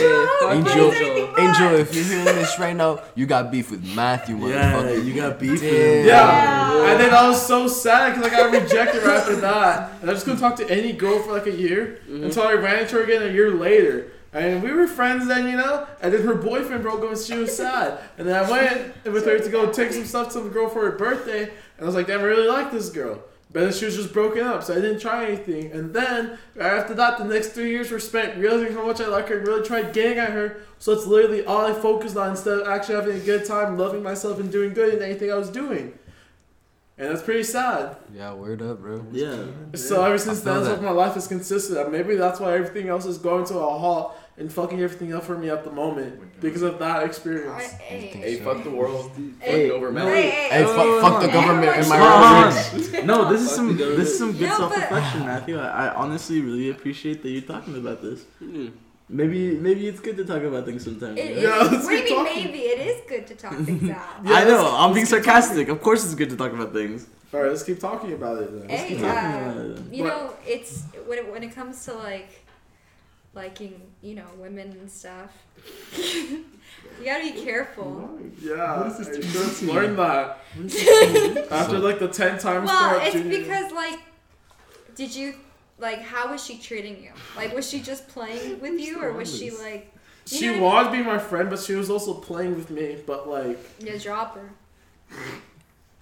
S1: fuck
S6: Angel.
S1: Angel.
S6: Angel, if you're hearing this right now, you got beef with Matthew,
S2: Yeah,
S6: motherfucker.
S2: you got beef. with
S6: Damn.
S2: him.
S4: Yeah. And then I was so sad because I got rejected right after that. And I just couldn't talk to any girl for like a year until I ran into her again a year later. And we were friends then, you know? And then her boyfriend broke up and she was sad. And then I went with her to go take some stuff to the girl for her birthday. And I was like, damn, I really like this girl. But then she was just broken up, so I didn't try anything. And then, right after that, the next three years were spent realizing how much I like her and really tried getting at her. So it's literally all I focused on instead of actually having a good time, loving myself, and doing good in anything I was doing. And that's pretty sad.
S6: Yeah, word up, bro.
S2: Yeah.
S4: So ever since
S6: I feel
S4: then, that's
S6: that.
S4: what my life is consisted of. Maybe that's why everything else is going to a halt and fucking everything up for me at the moment because of that
S5: I,
S4: experience.
S5: hey,
S8: Hey, fuck the world.
S2: Hey,
S8: fuck over
S2: no,
S8: Matt.
S2: wait.
S6: Hey,
S2: no,
S6: fuck,
S2: no,
S6: fuck the
S2: no.
S6: government and my
S2: Hold on,
S6: own
S2: hold
S6: words.
S2: on. No, this is
S1: Fuck
S2: some
S1: the
S2: this is some good
S5: No, but-
S2: self reflection, Matthew. I, I honestly really appreciate that you're talking about this.
S1: Hmm.
S2: Maybe maybe it's good to talk about things sometimes.
S5: it
S2: you
S5: is.
S2: know?
S4: Yeah, let's
S5: what do you
S4: keep
S5: mean?
S4: talking.
S5: Maybe it is good to talk things out.
S4: Yeah,
S2: I know.
S4: let's-
S2: I'm being sarcastic. Of course, it's good to talk about things.
S4: All right, let's keep talking about it then.
S5: Hey,
S2: Yeah.
S5: uh, you
S4: But-
S5: know, it's when it, when it comes to like liking, you know, women and stuff. you gotta be careful.
S4: Yeah,
S2: What is this
S4: I
S2: doing
S4: just
S2: to you?
S4: learned that after
S6: So-
S4: like the ten times.
S5: Well,
S4: throughout
S5: it's
S4: junior year.
S5: because like, did you like how was she treating you? Like, was she just playing with you, or was she like you
S4: she
S5: know-
S4: wanted to be my friend, but she was also playing with me. But like,
S5: a dropper?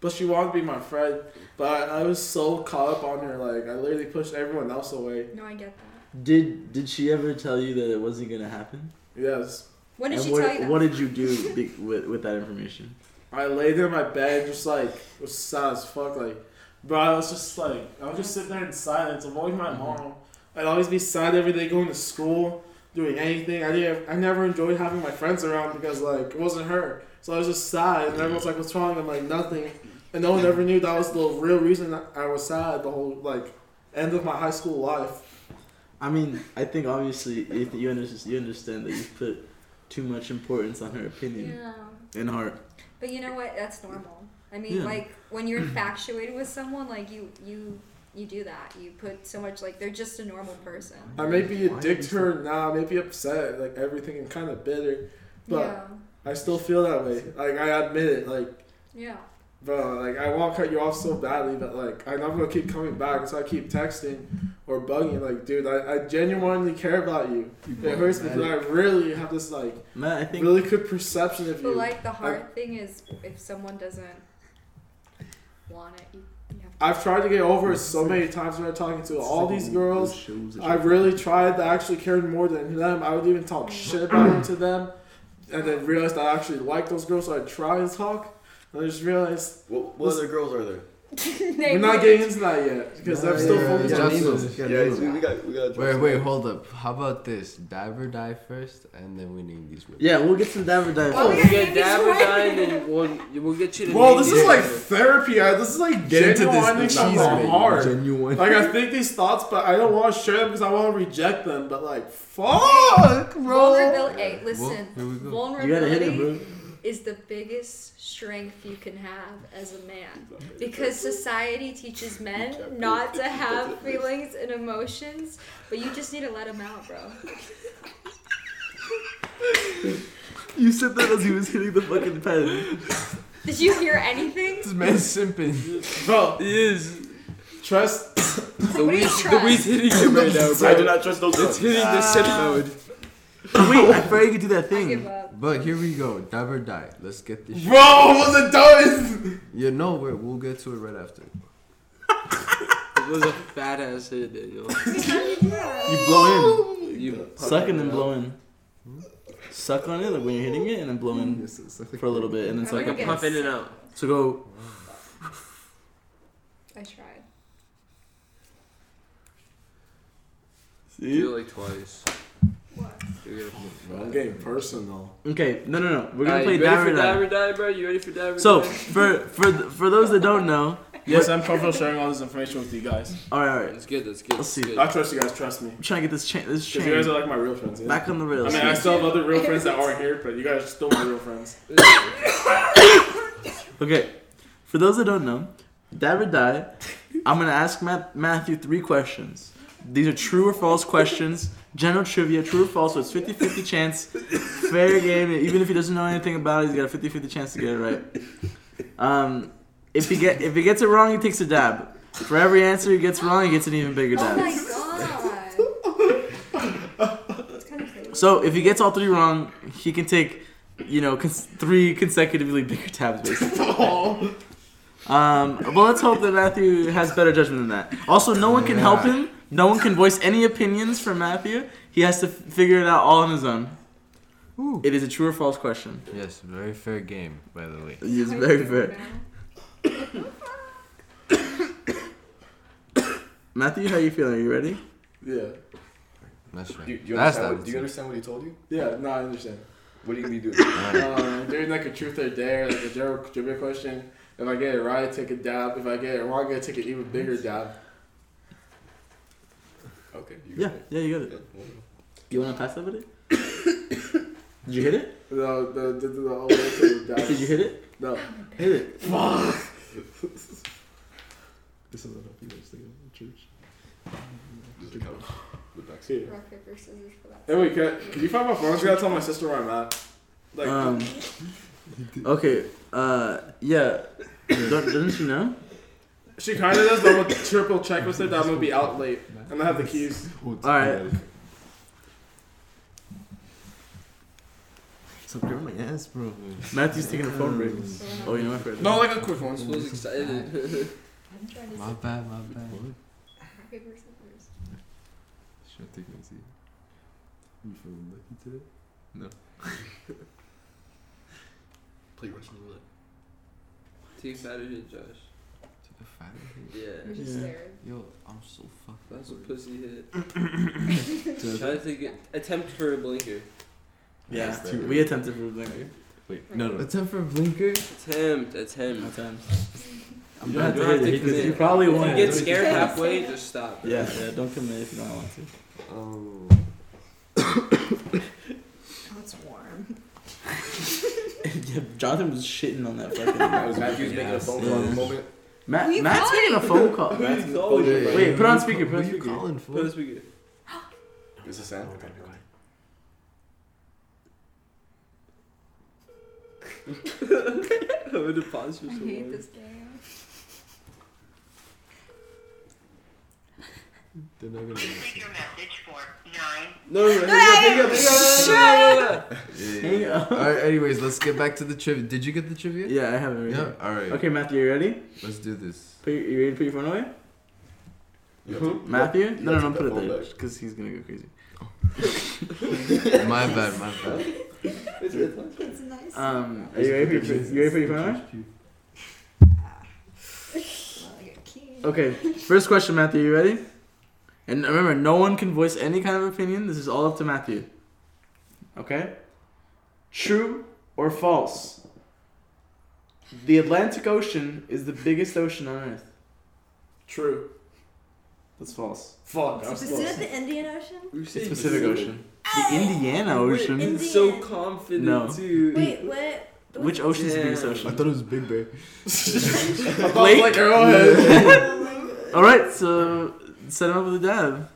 S4: but she wanted to be my friend. But I was so caught up on her, like I literally pushed everyone else away.
S5: No, I get that.
S2: Did did she ever tell you that it wasn't gonna happen?
S4: Yes,
S5: When did
S2: and
S5: she
S2: what,
S5: tell you that?
S2: what did you do be, with, with that information?
S4: I laid there in my bed, just like was sad as fuck. Like, bro, I was just like, I would just sit there in silence, avoiding my mom. I'd always be sad every day going to school, doing anything. I didn't, I never enjoyed having my friends around because like it wasn't her. So I was just sad, and everyone's like, "What's wrong?" I'm like, "Nothing," and no one ever knew that was the real reason that I was sad. The whole like end of my high school life.
S2: I mean, I think obviously if you understand, you understand that you put too much importance on her opinion
S5: yeah,
S2: and heart.
S5: but you know what? That's normal. I mean,
S2: Yeah.
S5: like when you're infatuated with someone, like you you you do that. You put so much like they're just a normal person.
S4: I may be a
S2: Why
S4: dick
S2: is
S4: to her now. I may be upset, like everything, and kind of bitter. But
S5: yeah,
S4: I still feel that way. Like I admit it. Like
S5: yeah.
S4: Bro, like I want to cut you off so badly, but like I know I'm gonna keep coming back, so I keep texting or bugging. Like, dude, I, I genuinely care about you. It hurts me because I really have this like
S2: Matt, I think
S4: really good perception of you.
S5: But like the hard thing is if someone doesn't want it, you, you have
S4: I've tried to get over it so many times when I'm talking to all these girls. I really tried to actually care more than them. I would even talk shit about them to them, and then realized I actually like those girls, so I try to talk. And I just realized
S8: What, what other girls are there?
S5: to.
S4: we're not getting into that yet because I'm still
S6: yeah,
S4: focused
S6: yeah.
S4: on.
S8: Yeah, we, we got we got. to
S6: Wait,
S8: drop
S6: wait,
S8: some.
S6: hold up. How about this? Dab or die first, and then we name these women.
S2: yeah, we'll get some diver dive.
S5: Oh,
S1: We'll
S5: yeah.
S1: get Davidine and we'll, we'll get you to
S4: Whoa,
S1: meet
S4: this is
S1: the-
S4: like therapy. I, this is like
S6: Get into this
S4: genuine things
S6: cheese,
S4: from the
S6: man.
S4: heart.
S6: Genuine.
S4: Like I think these thoughts, but I don't want to share them because I want to reject them. But like, fuck, bro.
S5: Vulnerability. Hey, listen.
S6: here we go.
S2: You gotta hit
S5: vulnerability
S2: it, bro.
S5: is the biggest strength you can have as a man because society teaches men not to have feelings and emotions, but you just need to let them out, bro.
S2: You said that as he was hitting the fucking pen.
S5: Did you hear anything?
S6: This man's simping.
S4: Bro,
S1: Yes.
S4: trust.
S1: The
S5: What do you
S1: weed's, the
S5: trust?
S1: weed's hitting you right now,
S8: I do
S1: bro.
S8: not trust those
S1: It's
S8: girls.
S1: hitting the sip mode.
S2: Wait, I forgot you could do that
S5: I give
S2: thing.
S5: up.
S6: But here we go. Dab or die. Let's get this.
S4: Bro,
S6: Shit.
S4: was it done?
S6: You know, we're, we'll get to it right after.
S1: It was a fat ass hit, Daniel.
S2: You blow in,
S1: You
S2: suck and then blow in. Hmm? Suck on it like when you're hitting it, and then blow in for a little bit, and then
S1: It's
S2: suck
S1: like a
S2: up.
S5: Okay.
S1: puff in and out.
S2: So go.
S5: I tried.
S1: Do
S2: See?
S1: it like twice.
S5: What?
S1: You're gonna-
S4: I'm getting personal.
S2: Okay, no, no, no. We're gonna
S1: Alright,
S2: play
S1: you ready
S2: diver
S1: for
S2: dive.
S1: Diver Die, bro? You ready for Diver
S2: So
S1: Die?
S2: for for th- for those that don't know,
S4: Yes, I'm comfortable sharing all this information with you guys.
S2: All right, all right.
S1: That's good. That's good.
S2: Let's
S1: That's
S2: see.
S1: good.
S4: I trust you guys. Trust me.
S2: I'm trying to get this chain. This
S4: Because you guys
S2: chain
S4: are like my real friends. Yeah?
S2: back on the
S4: I
S2: rails.
S4: mean, I still have other real friends that aren't here, but you guys are still my real friends.
S2: Okay, for those that don't know, Dab or Die, I'm gonna ask Matt- Matthew three questions. These are true or false questions, general trivia, true or false, so it's 50 50 chance. Fair game, even if he doesn't know anything about it, he's got a 50 50 chance to get it right. Um, if, he get, if he gets it wrong, he takes a dab. For every answer he gets wrong, he gets an even bigger
S5: Oh
S2: dab.
S5: my god. It's kind of crazy.
S2: So if he gets all three wrong, he can take, you know, cons- three consecutively bigger tabs, basically. Oh. um, well, let's hope that Matthew has better judgment than that. Also, no one can help him. No one can voice any opinions from Matthew. He has to f- figure it out all on his own. It is a true or false question.
S3: Yes, very fair game, by the way.
S2: It is very fair. Matthew, how you feeling? Are you ready?
S4: Yeah.
S3: That's right.
S8: Do, do you
S3: That's
S8: understand?
S3: that
S8: What, do you understand what he told you?
S4: Yeah, no, I understand.
S8: What are you Uh, gonna be doing?
S4: Um, during like a truth or dare, like a general trivia question, if I get it right, I take a dab. If I get it wrong, I take an even bigger dab.
S8: Okay. You
S2: Yeah,
S8: got it.
S2: yeah, you got it. You want to pass that with it? Did you hit it?
S4: The the the, the, the all the way to the dab.
S2: Did you hit it?
S4: No.
S2: Hit it.
S8: This is what I was thinking of church. This is the couch.
S4: Here.
S5: Rock, paper, scissors for that.
S4: Hey, wait, can, can you find my phone? I gotta tell my sister where I'm at. Like,
S2: Um, okay. Uh, yeah. Don't, doesn't you know?
S4: she kind of does, but I'm gonna triple check with her that I'm gonna be out late. I'm gonna have the keys.
S2: All right.
S6: Stop grabbing my ass, bro.
S2: Matthew's taking a phone break.
S5: So we're not-
S2: Oh, you know what? Fred?
S4: No, like a quick one.
S1: I was excited.
S5: I'm trying to
S3: My
S5: say
S3: bad, my bad.
S5: rock, paper, scissors.
S6: Should I take my seat? You feeling lucky today?
S8: Play Russian roulette.
S1: Team manager Josh.
S3: Took a fat hit.
S5: We're
S1: Yeah.
S5: just
S2: Yeah.
S5: there.
S3: Yo, um, I'm so fucked.
S1: That's a
S3: bored.
S1: pussy hit. Try to get attempt for a blinker.
S2: Yeah.
S8: Too
S2: We attempted for a blinker.
S8: Wait, no, no.
S3: What's up for a blinker?
S1: Attempt, attempt.
S2: I'm
S1: You don't
S2: glad to
S1: have
S2: hear
S1: to
S2: that he- 'cause
S1: commit.
S2: you probably
S1: If
S2: won't.
S1: you get scared halfway, just stop.
S2: Yeah, yeah. Don't commit if you don't want to.
S8: Oh.
S7: Oh, it's warm.
S2: yeah, Jonathan was shitting on that
S8: That
S2: fucking.
S8: was Matthew's making a phone call at the moment.
S2: Matt,
S7: We
S2: Matt's
S7: calling?
S2: getting a phone call.
S8: Matt's in the
S1: calling
S8: phone
S1: you,
S8: room,
S1: bro?
S2: Wait,
S8: right?
S2: put on speaker. Put on
S3: What are you
S2: speaker.
S3: calling
S1: What
S3: for?
S1: else we get?
S8: Is this Sam?
S1: I'm gonna pause for
S5: I
S1: so
S5: hate
S1: long.
S5: this game.
S6: They're not gonna listen.
S1: No, no, no, hang up, hang up, hang up, hang up, hang up.
S2: Hang up.
S3: All right. Anyways, let's get back to the trivia. Did you get the trivia?
S2: Yeah, I have it right
S3: Yeah.
S2: here.
S3: All right.
S2: Okay, Matthew, you ready?
S3: Let's do this.
S2: Put your, you ready to put your phone away?
S8: You have to-
S2: Matthew?
S8: you
S2: No, no,
S8: have
S2: no,
S8: to
S2: put it
S8: phone
S2: there.
S8: back.
S2: Because he's gonna go crazy.
S3: My bad. My bad.
S7: It's nice.
S2: Um, are you ready for your, you ready for your phone away?
S7: I get key.
S2: Ah. Okay, first question, Matthew. You ready? And remember, no one can voice any kind of opinion. This is all up to Matthew. Okay? True or false? The Atlantic Ocean is the biggest ocean on Earth.
S4: True.
S2: That's false.
S4: Fuck, I was
S7: Is it
S4: close.
S7: the Indian Ocean?
S1: We
S2: It's
S1: say Pacific.
S2: Pacific Ocean. The Indiana Ocean.
S7: Indian.
S1: So confident
S2: No.
S1: too.
S7: Wait, what?
S2: Which ocean's the biggest
S1: Yeah.
S2: ocean?
S6: it was Big Bear.
S2: Blake?
S4: Like Arrowhead.
S2: All right, so set him up with a dab.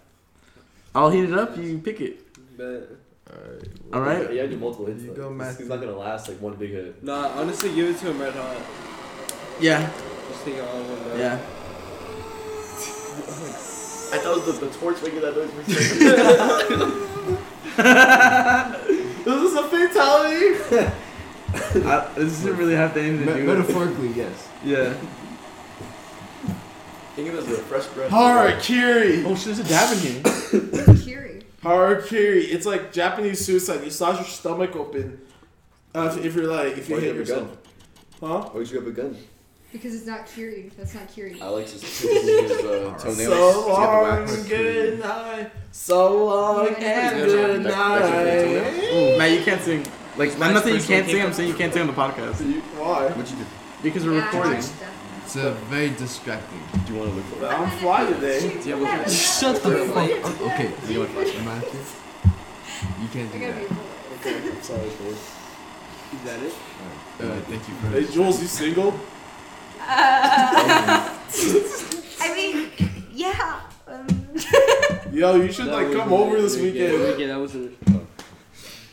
S2: I'll heat it up. You pick it.
S1: But
S2: All right.
S8: Yeah, I do multiple hits.
S3: You
S8: though.
S3: go,
S8: This-
S3: Matthew.
S8: It's not gonna last like one big hit.
S1: nah, honestly, give it to him red hot.
S2: Yeah.
S1: Just take it all in one go.
S2: Yeah.
S8: I thought it was the, the torch making that noise.
S4: this is a fatality.
S2: I, this doesn't really have anything to
S6: Me-
S2: do with it.
S6: metaphorically, yes.
S2: Yeah.
S8: Think of it as a fresh breath.
S4: Harakiri.
S2: Oh, shit, there's a dab in here.
S5: Curie.
S4: Harakiri. It's like Japanese suicide. You slash your stomach open. Uh, if, if you're like, if you
S8: Why'd you
S4: hit
S8: have a
S4: yourself.
S8: gun?
S4: Huh?
S8: Why'd you have a gun?
S5: Because it's not curie. That's not curie.
S8: Alex is tickling his uh, toenails.
S4: So
S8: to get the
S4: long,
S8: wax.
S4: good night. So long
S5: Yeah,
S4: and
S5: yeah,
S4: good
S8: yeah. That- that's your
S4: night.
S2: Matt, you can't sing. Like, I'm not saying you can't sing, I'm saying you can't sing on the podcast.
S4: Why?
S8: What'd you do?
S2: Because we're
S5: yeah, I
S2: recording.
S5: watched that.
S3: It's uh, very distracting.
S8: Do you want to look for
S4: But I'm fly today.
S1: Do you have a look at it?
S3: Shut the fuck up. Okay, you know what, Matthew? You can't
S5: I
S3: do
S5: gotta
S3: that.
S5: be polite.
S4: Okay, I'm sorry, boy.
S1: Is that it?
S3: Uh, thank you for
S4: Hey, Jules, you single?
S5: Uh, I mean, yeah. Um,
S4: Yo, you should like
S1: That
S4: come
S1: wasn't
S4: over
S1: it.
S4: this
S1: Yeah,
S4: weekend,
S1: Yeah, that wasn't it.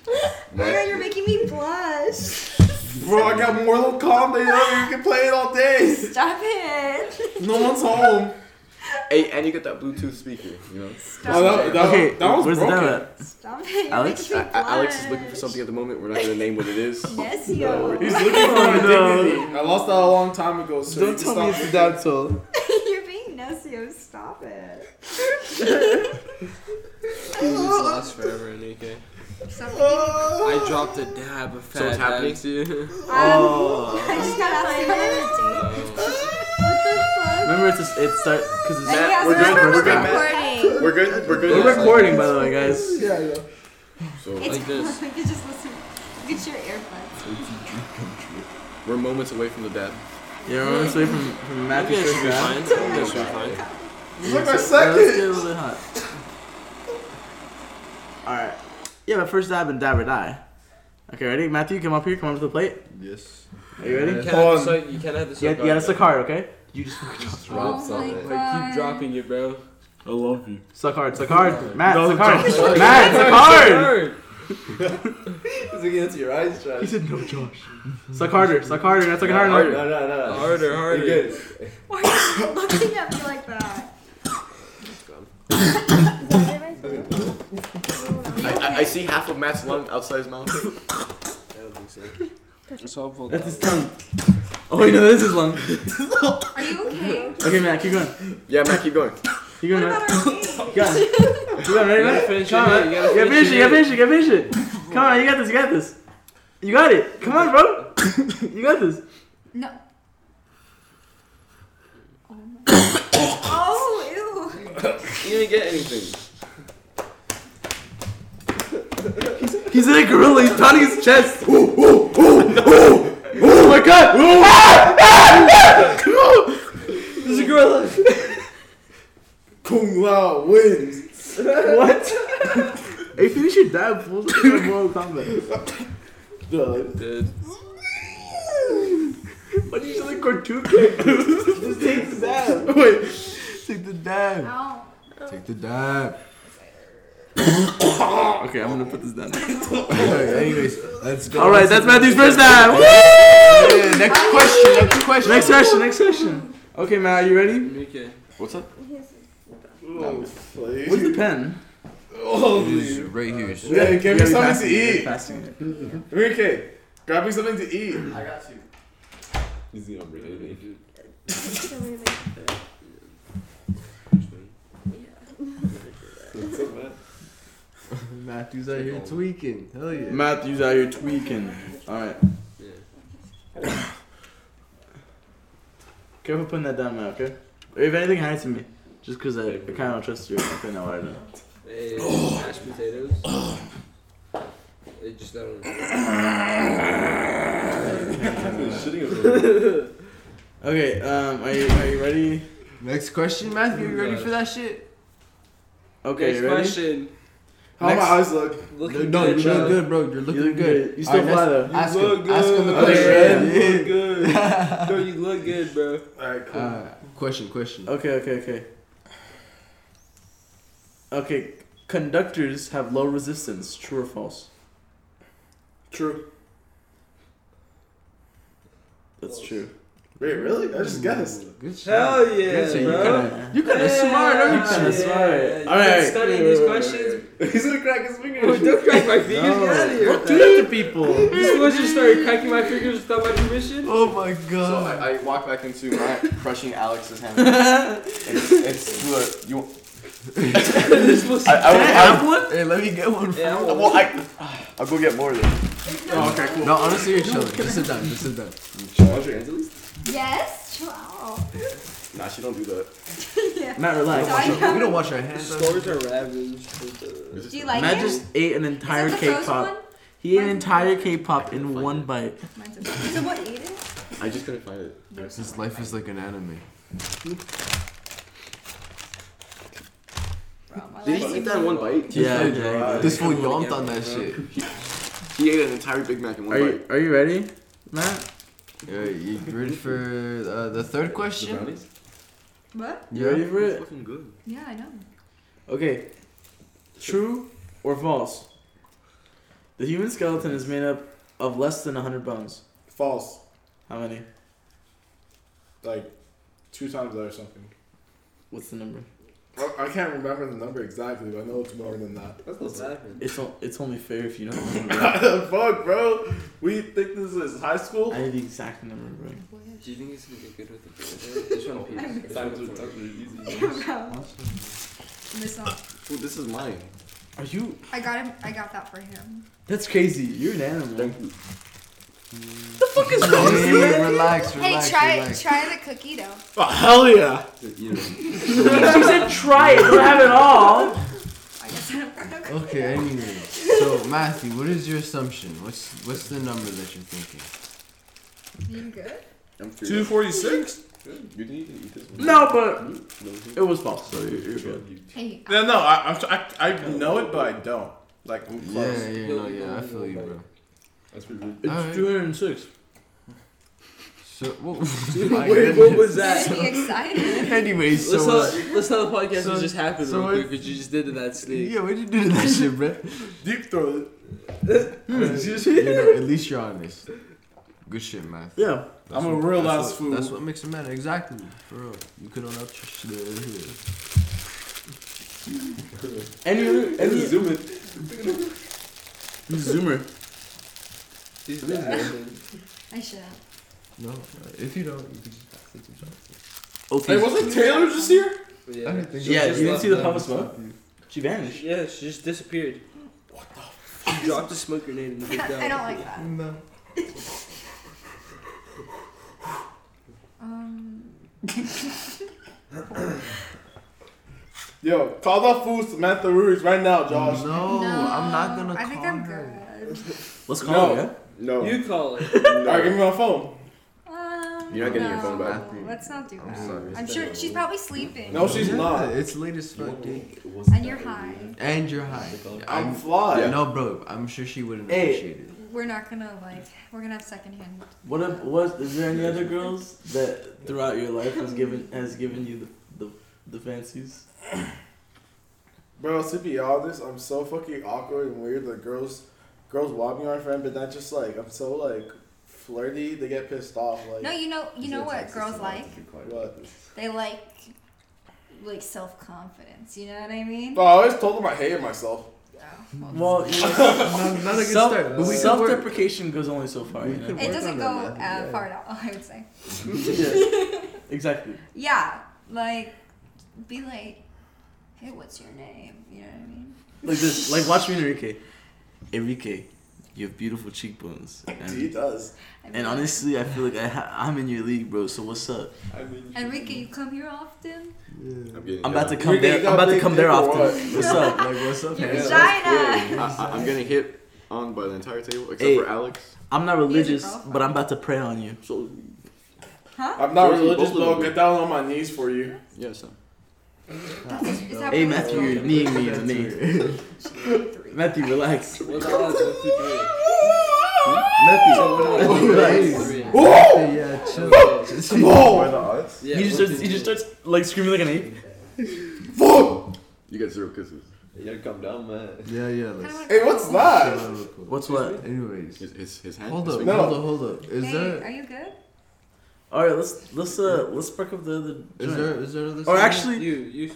S5: oh my god, you're making me blush.
S4: bro. I got Mortal Kombat. Yo, you can play it all day.
S5: Stop it.
S4: No one's home.
S1: Hey, and you got that Bluetooth speaker, you know?
S5: Stop
S4: Oh, that,
S5: it.
S4: that,
S2: Okay,
S4: that was
S2: where's the
S4: broken.
S2: donut?
S5: Stop it. You're
S2: Alex-
S5: making me
S1: A- Alex is looking for
S5: blush.
S1: something at the moment. We're not gonna name what it is.
S5: Nesio.
S4: He's looking for my dignity. I lost that a long time ago, so
S2: Oh, Don't tell me it's the
S4: that.
S2: dad soul.
S5: You're being Nesio. Stop it.
S1: This lasts forever in AK.
S5: Stop it.
S1: I dropped a dab of fat. So what's happening to you?
S5: Um, I just got asked if I had a date.
S2: Remember, it's a, it start because it's
S5: And
S1: Matt,
S5: yes,
S1: we're good,
S5: remember
S1: we're
S5: we're
S1: good,
S5: recording.
S1: We're good. We're
S2: we're recording, by the way, guys.
S4: Yeah, yeah.
S1: So
S5: It's
S1: like
S5: cool.
S1: this,
S5: You can just listen. Get your earbuds.
S1: we're moments away from the dab.
S2: Yeah, we're on this way from from
S1: I
S2: Matthew's
S1: think I should
S2: first
S1: be
S2: round.
S1: fine. I think I should be fine.
S4: This is like my
S2: Yeah, let's get a
S4: second.
S2: little bit hot. Alright. Yeah, but first dab and dab or die. Okay, ready? Matthew, come up here, come up to the plate.
S3: Yes.
S2: Are you ready?
S1: You
S2: You,
S1: can't have the side- You can't have the
S2: yeah,
S1: side
S2: you gotta
S1: guard.
S2: suck hard, okay? You just
S5: Oh my god.
S1: Like, keep dropping it, bro.
S6: I love you.
S2: suck hard, suck hard. Matt,
S6: No,
S2: suck hard.
S6: Josh.
S2: Matt, suck hard!
S4: It's against your eyes, Josh.
S2: He said no, Josh. Suck harder, suck harder, not sucking hard harder.
S4: No, no, no.
S1: Harder, harder.
S4: You're good.
S5: Why are you looking at me like that?
S1: I, I, I see half of Matt's lung outside his mouth. I don't think so. It's awful.
S2: That's his tongue. Oh wait, no, this is long.
S5: Are you okay?
S2: Okay, Matt, keep going.
S1: Yeah, Matt, keep going.
S2: Keep
S5: What
S2: going, Matt.
S5: about our date?
S2: Keep going. Keep going, ready, Matt?
S1: finish
S2: Come on, man.
S1: You gotta
S2: You gotta finish it, you gotta finish it, you gotta finish it. Come on, you got this, you got this. You got it. Come on, bro. You got this.
S5: No. Oh, my oh ew.
S1: You didn't get anything.
S2: He's in a gorilla. He's pounding his chest. Ooh, ooh, ooh, ooh, ooh. Oh my god! Ooh. Ah, ah, ah. Ooh. There's a gorilla.
S4: Kung Lao wins.
S2: What? hey, finish your dab, fool. It's like Mortal Kombat.
S4: Dude,
S1: Dude.
S2: Why do you sound like cartoon characters? Just take the dab. Wait. Take the dab.
S13: Ow.
S3: Take the dab.
S2: Okay, I'm gonna put this down.
S3: Alright, anyways, let's go.
S2: Alright, that's Matthew's first dab. Woo!
S3: Yeah, next question, next question.
S2: Next question, next question. Okay, Matt, are you ready?
S1: Okay.
S3: What's up?
S4: oh, please.
S2: Where's the pen?
S4: Holy.
S3: It's right here. It's
S4: Yeah, give me
S2: you're
S4: something to
S2: passing it, you're
S4: eat.
S2: passing it.
S4: Enrique, grab me something to eat. I got
S8: Is he unrelated?
S3: Matthew's out here tweaking. Hell yeah.
S2: Matthew's out here tweaking. Alright.
S1: Yeah.
S2: Careful putting that down, man, okay? Or if anything, hand it to me. Just because I, I kind of don't trust you. I think I know what I know.
S1: Hey, Eh, mashed potatoes. It just don't.
S2: Okay, um, are you, are you ready?
S3: Next question, Matthew. You ready
S1: God.
S3: for that shit?
S2: Okay,
S1: Next
S2: you ready?
S1: question.
S4: How
S3: Next-
S4: my eyes look?
S3: No,
S1: Looking
S3: no, you're
S1: good,
S3: looking
S1: John.
S3: good, bro. You're looking,
S2: look
S3: good.
S2: good. You still
S3: Alright,
S2: fly,
S3: next-
S2: though.
S3: Ask
S1: You
S3: him.
S1: look
S3: Ask him the
S1: good.
S3: question.
S1: You look good. Bro, you look good, bro.
S4: Alright, cool.
S3: Uh, question, question.
S2: Okay, okay, okay. Okay, conductors have low resistance. True or false?
S4: True.
S2: That's true.
S4: Wait, really? I just guessed.
S3: Good shit.
S1: Hell yeah,
S3: Good shit. You
S1: bro.
S3: kinda, you kinda smart, aren't you?
S2: Kinda
S1: Yeah,
S2: smart.
S1: yeah, you
S2: All
S1: been
S2: right.
S1: Studying these questions.
S4: He's gonna crack his finger.
S1: Bro, don't crack my fingers. Get out of here.
S2: Don't
S1: with
S2: do
S1: that.
S2: that to people.
S1: You supposed to start cracking my fingers without my permission?
S3: Oh my
S8: So
S3: god.
S8: I, I walk back into Matt crushing Alex's hand. it's, it's look, you. want-
S1: They're supposed
S8: I,
S1: to.
S8: I, I,
S3: hey, let me get one.
S1: Yeah, I
S8: I,
S1: want
S8: well, I, I'll go get more then.
S3: No, honestly, you're chilling. Just sit down. Just sit down.
S8: Wash your hands at least.
S5: Yes. Wow.
S8: Nah, she don't do that.
S5: yeah.
S2: Matt,
S5: So I
S2: relax.
S5: have-
S3: We don't wash our hands.
S1: Stores are ravaged. with the-
S5: Do you like
S2: Matt
S5: it?
S2: just ate an entire
S5: Is that the
S2: cake
S5: frozen
S2: pop.
S5: one?
S2: He ate an entire K-pop in one bite.
S5: Mine's okay. So what, Eden?
S4: I just couldn't find it.
S3: His life is like an anime.
S5: Bro, my
S4: Did
S5: life
S4: he eat
S5: is-
S4: that in one bite?
S2: Yeah.
S3: This fool yomped on that shit.
S4: He ate an entire Big Mac in one
S2: Are
S4: bite.
S2: you Are you ready, Matt?
S3: Yeah, you ready for uh, the third question?
S5: What?
S2: You ready for
S4: It's
S2: it?
S4: fucking good.
S5: Yeah, I know.
S2: Okay. True or false? The human skeleton is made up of less than 100 bones.
S8: False.
S2: How many?
S8: Like two times that or something.
S2: What's the number?
S8: I, I can't remember the number exactly, but I know it's more than that.
S14: That's not bad.
S2: It's o- it's only fair if you don't. know.
S8: Fuck, bro. We think this is high school.
S2: I need the exact number, bro.
S14: Do you think it's gonna get good with the beer? This one peeps. This one's easy.
S5: Bro. This one.
S4: Ooh, this is mine.
S2: Are you?
S5: I got him. I got that for him.
S2: That's crazy. You're an animal.
S4: Thank you.
S5: The fuck is wrong
S3: Hey, relax, relax,
S5: Hey, try
S3: relax.
S5: try the cookie dough.
S8: Oh, hell yeah.
S14: You know,
S2: she said try it. Don't have it all.
S5: I guess I don't know.
S3: Okay, anyway. So, Matthew, what is your assumption? What's what's the number that you're thinking?
S5: You good?
S4: I'm curious.
S8: 246?
S4: You didn't even eat this one.
S2: No, but
S4: You- no, you-
S2: it was false. So you're, you're good.
S5: Hey,
S8: No, no, I, I'm, tr- I, I know it, but I don't. Like, I'm close.
S3: Yeah, yeah, no, yeah, I feel you, bro.
S14: That's pretty rude.
S2: It's
S3: Alright.
S2: 206.
S3: So, well,
S1: Wait, what was
S5: you
S1: that?
S5: should be excited.
S3: anyway,
S1: Let's
S3: so.
S1: not,
S3: Uh,
S1: let's not the podcast
S3: so-
S1: that just happened
S3: so
S1: real
S3: what-
S1: quick, what you just did to that snake.
S3: yeah, what'd you do to that shit, bro? Hmm.
S8: Deep throat.
S3: you know, at least you're honest. Good shit, Matthew.
S2: Yeah.
S8: I'm a real
S3: that's
S8: ass
S3: what-
S8: fool.
S3: That's what makes a man, exactly. For real. You could not trust the
S2: Any other? Any zoomer? zoomer.
S14: These guys.
S5: I should.
S3: No, uh, if you don't, you could just pass it to John.
S8: Hey,
S2: Okay.
S8: wasn't Taylor just here?
S14: Yeah.
S2: Yeah, you didn't see the puff
S3: puff
S2: of smoke? She vanished.
S1: Yeah, she just disappeared. What the fuck? She dropped a smoke grenade in the big
S5: I don't
S1: dog.
S5: like that.
S3: No.
S5: Um.
S8: Yo, call that fool Samantha Ruiz right
S3: Mm,
S8: now, Josh.
S3: No, Oh, I'm not
S5: no,
S3: gonna
S5: I
S3: call
S5: think I'm
S3: her.
S5: good.
S2: Let's call
S8: No.
S2: her.
S4: No.
S1: You call it.
S8: Alright, give me my phone.
S5: Um,
S4: You're not getting
S5: no,
S4: your phone back.
S5: Let's not do
S3: I'm
S5: that.
S3: sorry.
S5: I'm sure she's probably sleeping.
S8: No, she's
S3: Yeah,
S8: not.
S3: It's late as fuck, dude.
S5: And you're high.
S3: And you're high.
S8: I'm
S3: I'm,
S8: fly.
S3: No, bro, I'm sure she wouldn't
S2: Hey.
S3: appreciate it.
S5: We're not gonna like. We're gonna have secondhand.
S2: What? If, what? Is there any other girls that throughout your life has given has given you the the, the fancies?
S8: Bro, to be honest, I'm so fucking awkward and weird. Like girls, girls want me my friend, but not just like I'm so like flirty. They get pissed off. Like
S5: No, you know, you know what girls like?
S8: what?
S5: They like, like self confidence. You know what I mean?
S8: Bro, I always told them I hated myself.
S5: Yeah.
S2: Well, you know,
S3: Not, not a good
S2: self,
S3: start. But we could
S2: self
S3: work.
S2: deprecation goes only so far. You
S3: We
S2: know?
S3: could
S5: It
S3: work
S5: doesn't
S3: on
S5: go uh,
S3: that, man. Yeah.
S5: far at all. I would say.
S2: Yeah. Exactly.
S5: Yeah, like, be like, hey, what's your name? You know what I mean?
S2: Like this. Like watch me, Enrique. Enrique, you have beautiful cheekbones.
S8: He
S2: And,
S8: does.
S5: I'd be
S2: and
S5: like,
S2: honestly, I feel like I ha- I'm in your league, bro. So what's up?
S8: I mean,
S5: Enrique, you come here often?
S4: I'm getting
S2: I'm
S4: hit.
S2: about to come
S8: Enrique, you
S2: there.
S8: got
S2: I'm about to
S8: big
S2: come
S8: dick
S2: there
S8: or
S2: often. What's up?
S3: Like, what's up,
S5: Your
S3: man?
S5: vagina!
S4: I, I, I'm getting hit on by the entire table except
S2: Hey.
S4: for Alex.
S2: I'm not religious,
S5: girlfriend.
S2: but I'm about to pray on you.
S4: So
S5: Huh?
S8: I'm not
S4: Both of them,
S8: religious,
S4: both of
S8: but I'll
S4: them.
S8: get down on my knees for you.
S4: yeah, so
S5: Is that
S2: Hey
S5: what
S2: Matthew,
S5: it's
S2: you're kneeing me in the knee.
S5: called? Three.
S2: Matthew, relax.
S1: What the odds? One, two, three.
S2: Matthew, relax.
S1: Three.
S8: Oh!
S3: Yeah, chill. Just-
S8: Whoa!
S1: Yeah,
S2: He just
S1: one,
S2: starts.
S1: two,
S2: He just
S1: three.
S2: starts like screaming like an ape.
S4: you get zero kisses.
S14: You gotta come down, man.
S3: Yeah, yeah,
S5: I don't
S3: let's.
S5: wanna-
S8: Hey, what's
S3: chill
S8: that?
S3: out real quick.
S2: What's what?
S3: Anyways,
S4: His his, his hand.
S3: hold
S4: his
S3: up,
S4: finger.
S8: No.
S3: hold up, hold up. Is
S5: hey,
S3: there
S5: are you good?
S2: All right, let's let's uh let's spark up the other.
S3: Is
S2: joint.
S3: there is there another?
S2: Or
S3: segment?
S2: actually,
S1: You, you. you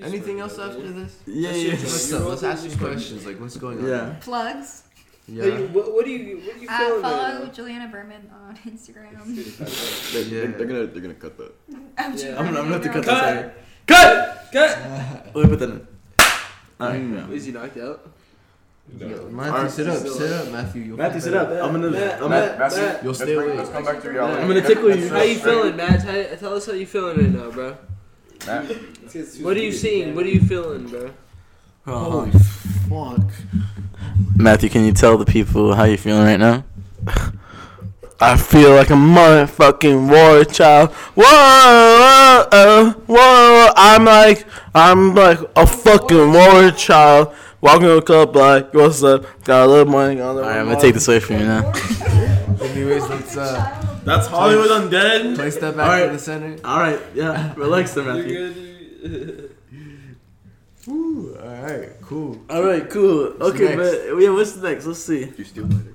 S3: anything
S1: swear
S3: else
S1: to God,
S3: after
S1: man.
S3: this?
S2: yeah,
S1: That's
S2: yeah,
S1: just-
S3: Let's,
S1: You're
S3: let's
S1: all
S3: ask
S1: these
S3: some questions. Like, what's going on?
S2: yeah.
S5: Plugs.
S1: Hey,
S3: Yeah.
S1: what, what do you what do you
S5: Uh,
S1: feeling
S5: follow
S1: right
S5: Juliana Berman on Instagram.
S4: They, they-
S3: Yeah.
S4: They're gonna they're gonna cut that.
S5: I'm
S1: Yeah.
S2: I'm gonna, I'm gonna have to cut this
S1: Cut.
S2: out.
S1: now? Cut! Cut!
S2: Let me put that in. All right. yeah.
S1: Is he knocked out?
S3: Yo,
S4: All
S3: Matthew,
S4: right.
S3: sit up,
S1: Sit
S3: sit
S1: up.
S3: up, Matthew. You'll
S2: Matthew,
S3: feel
S2: sit up.
S3: better.
S2: I'm gonna.
S1: Uh, Matt,
S2: I'm
S1: Matt,
S2: gonna,
S1: Matt,
S3: You'll stay
S14: Let's-
S3: awake.
S14: Let's come back to
S2: I'm
S14: reality.
S2: gonna tickle you.
S1: How you feeling, Matt? How, tell us how you feeling right now, bro. What are you seeing? What are you feeling, bro?
S2: Oh, fuck. Matthew, can you tell the people how you feeling right now? I feel like a motherfucking war child. Whoa, whoa, uh, whoa! I'm like, I'm like a fucking war child. Walking to a club like, what's up? Got a little money, got a little All right, I'm gonna take this away from you now.
S15: Anyways, let's uh,
S8: That's Hollywood Undead.
S15: place that
S2: All
S15: back
S2: right.
S15: in the center.
S2: All right, yeah, relax there,
S8: You're
S2: Matthew.
S8: good.
S15: Ooh, all right, cool.
S2: All right, cool.
S15: What's
S2: okay,
S15: next?
S2: but yeah, what's next? Let's see.
S3: You steal letters.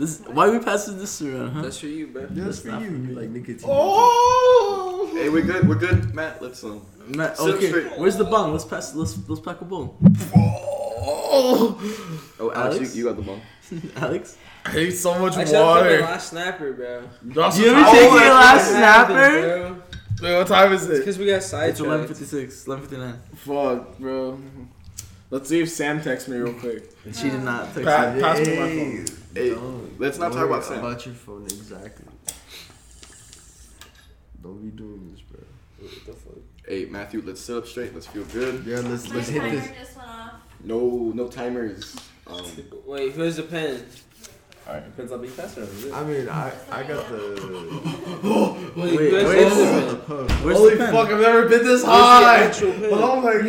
S2: This why we passing this around, huh?
S3: That's for you, man.
S15: That's for you, you like nicotine.
S1: Oh!
S3: Hey, we're good. We're good, Matt. Let's um.
S2: Matt,
S3: Sit
S2: okay,
S3: straight.
S2: where's the bong? Let's pass. Let's let's pack a bong.
S3: Oh, Alex,
S2: Alex?
S3: You, you got the ball.
S2: Alex,
S8: I hate so much
S1: Actually, I took my last snapper, bro.
S2: you ever take your last
S1: What happened,
S2: snapper?
S1: bro?
S8: Wait, what time is
S1: It's
S8: it?
S1: because we got
S2: It's eleven
S1: sidetracked.
S2: fifty six, eleven fifty nine.
S8: Fuck, bro. Let's see if Sam texts me real quick.
S2: She did not text
S8: Pa-
S2: me.
S8: pass me my phone.
S3: Hey, let's not talk about
S15: Sam.
S3: Sam.
S15: About your phone, exactly. Don't be doing this, bro.
S3: Hey, Matthew, let's sit up straight. Let's feel good.
S15: Yeah, let's
S16: My
S15: let's hit
S16: timer
S15: this.
S16: just went off.
S3: No, no timers. Um,
S1: Wait, who's the pen?
S8: Depends on being faster.
S15: I mean, I I got the.
S1: Wait,
S2: Wait,
S1: who's
S2: where's-
S1: the pen?
S2: Where's
S8: Holy
S2: the pen?
S8: fuck, I've never been this
S1: Where's the
S8: high!
S1: actual pen?
S8: Oh my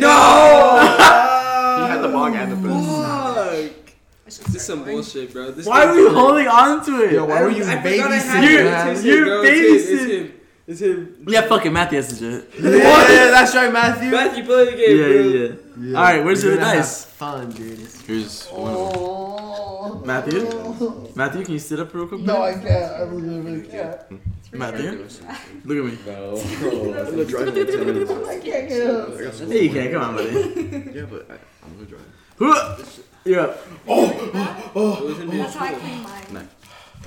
S8: god!
S3: he had the bong and the booze.
S1: This is some bullshit, bro. This
S2: Why
S1: is-
S2: are you holding on to it?
S1: I- I forgot I had
S2: babysitting?
S1: it.
S2: You're-
S1: It's
S2: you're
S1: him, bro. It's him,
S2: babysitting.
S1: It's him.
S2: yeah, fucking Matthew has to do it.
S15: Yeah, yeah, that's right, Matthew.
S1: Matthew, play the
S2: Yeah,
S1: game, bro.
S2: yeah, yeah.
S15: Yeah,
S2: All right, where's
S15: we're
S2: the
S15: gonna have
S2: dice?
S15: Fun, dude.
S3: Here's one of them.
S5: Oh.
S2: Matthew, Matthew, can you sit up real quick? No, I can't. I Matthew, look at me.
S3: I'm gonna drive in 10 minutes. I got school
S2: Hey, you
S3: tomorrow.
S2: can't come on, buddy.
S3: Yeah, but I, I'm gonna drive.
S2: Whoa, You're up.
S1: It was him being
S5: That's how I
S1: cool.
S5: clean mine.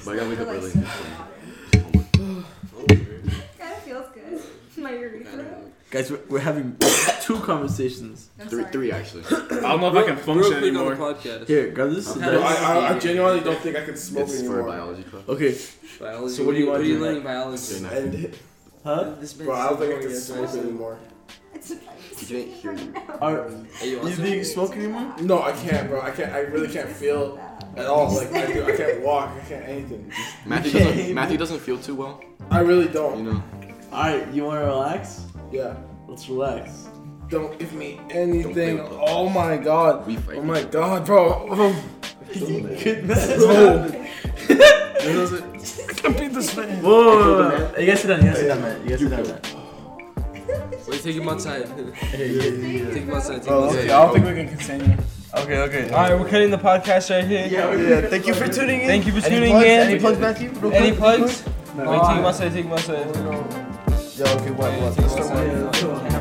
S3: But I gotta wake up early.
S5: Kind of feels good. My urethra.
S2: Guys, we're, we're having two conversations.
S5: I'm
S3: Three,
S5: sorry.
S3: three actually.
S8: I don't know if I can function
S1: Real quick on the
S8: anymore.
S1: podcast.
S2: Here, grab this.
S1: Okay.
S8: Bro, I,
S2: dice.
S8: I, I genuinely don't think I can smoke
S3: It's for a
S8: anymore.
S3: biology class.
S2: Okay.
S1: Biology.
S8: So what do you
S1: What
S8: wanna
S1: are you
S8: do
S1: learning biology?
S3: You're not-
S8: And,
S2: Huh?
S1: This man's
S8: bro, I don't think I
S1: recording
S8: can
S1: us
S8: smoke
S1: right now.
S8: anymore.
S5: It's a
S3: You didn't hear me.
S2: Are
S1: Hey, you want
S2: you
S1: some?
S2: being smoking anymore?
S8: No, I can't, bro. I can't. I really can't feel at all. Like I, do. I can't walk. I can't anything.
S3: Matthew
S2: Yeah.
S3: doesn't. Matthew doesn't feel too well.
S8: I really
S3: You
S8: don't.
S3: know.
S2: All right, you want to relax?
S8: Yeah.
S2: Let's relax.
S8: Don't give me
S3: play
S8: anything.
S3: with us.
S8: Oh my god.
S3: We fight.
S8: Oh my god, bro. Oh,
S2: Good man.
S8: bro.
S2: Whoa! You guys sit down. You guys sit down, man. You guys sit down, man.
S1: Wait, take him outside. Take him outside. Take him
S8: Oh,
S1: outside.
S8: okay. I don't think we can continue.
S2: Okay, okay.
S1: All right, we're cutting the podcast right here.
S8: Yeah. Thank you for tuning in.
S1: Thank you for tuning
S15: plugs?
S1: in.
S15: Any plugs, Matthew? Real
S1: Any
S15: quick?
S1: plugs?
S8: No.
S1: Wait, take him outside. Take him outside.
S15: Yeah, okay, what,
S1: Wait,
S15: what?
S1: take him
S15: Let's start
S1: outside. Yeah, we're done.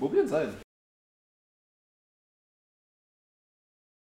S3: We'll be inside.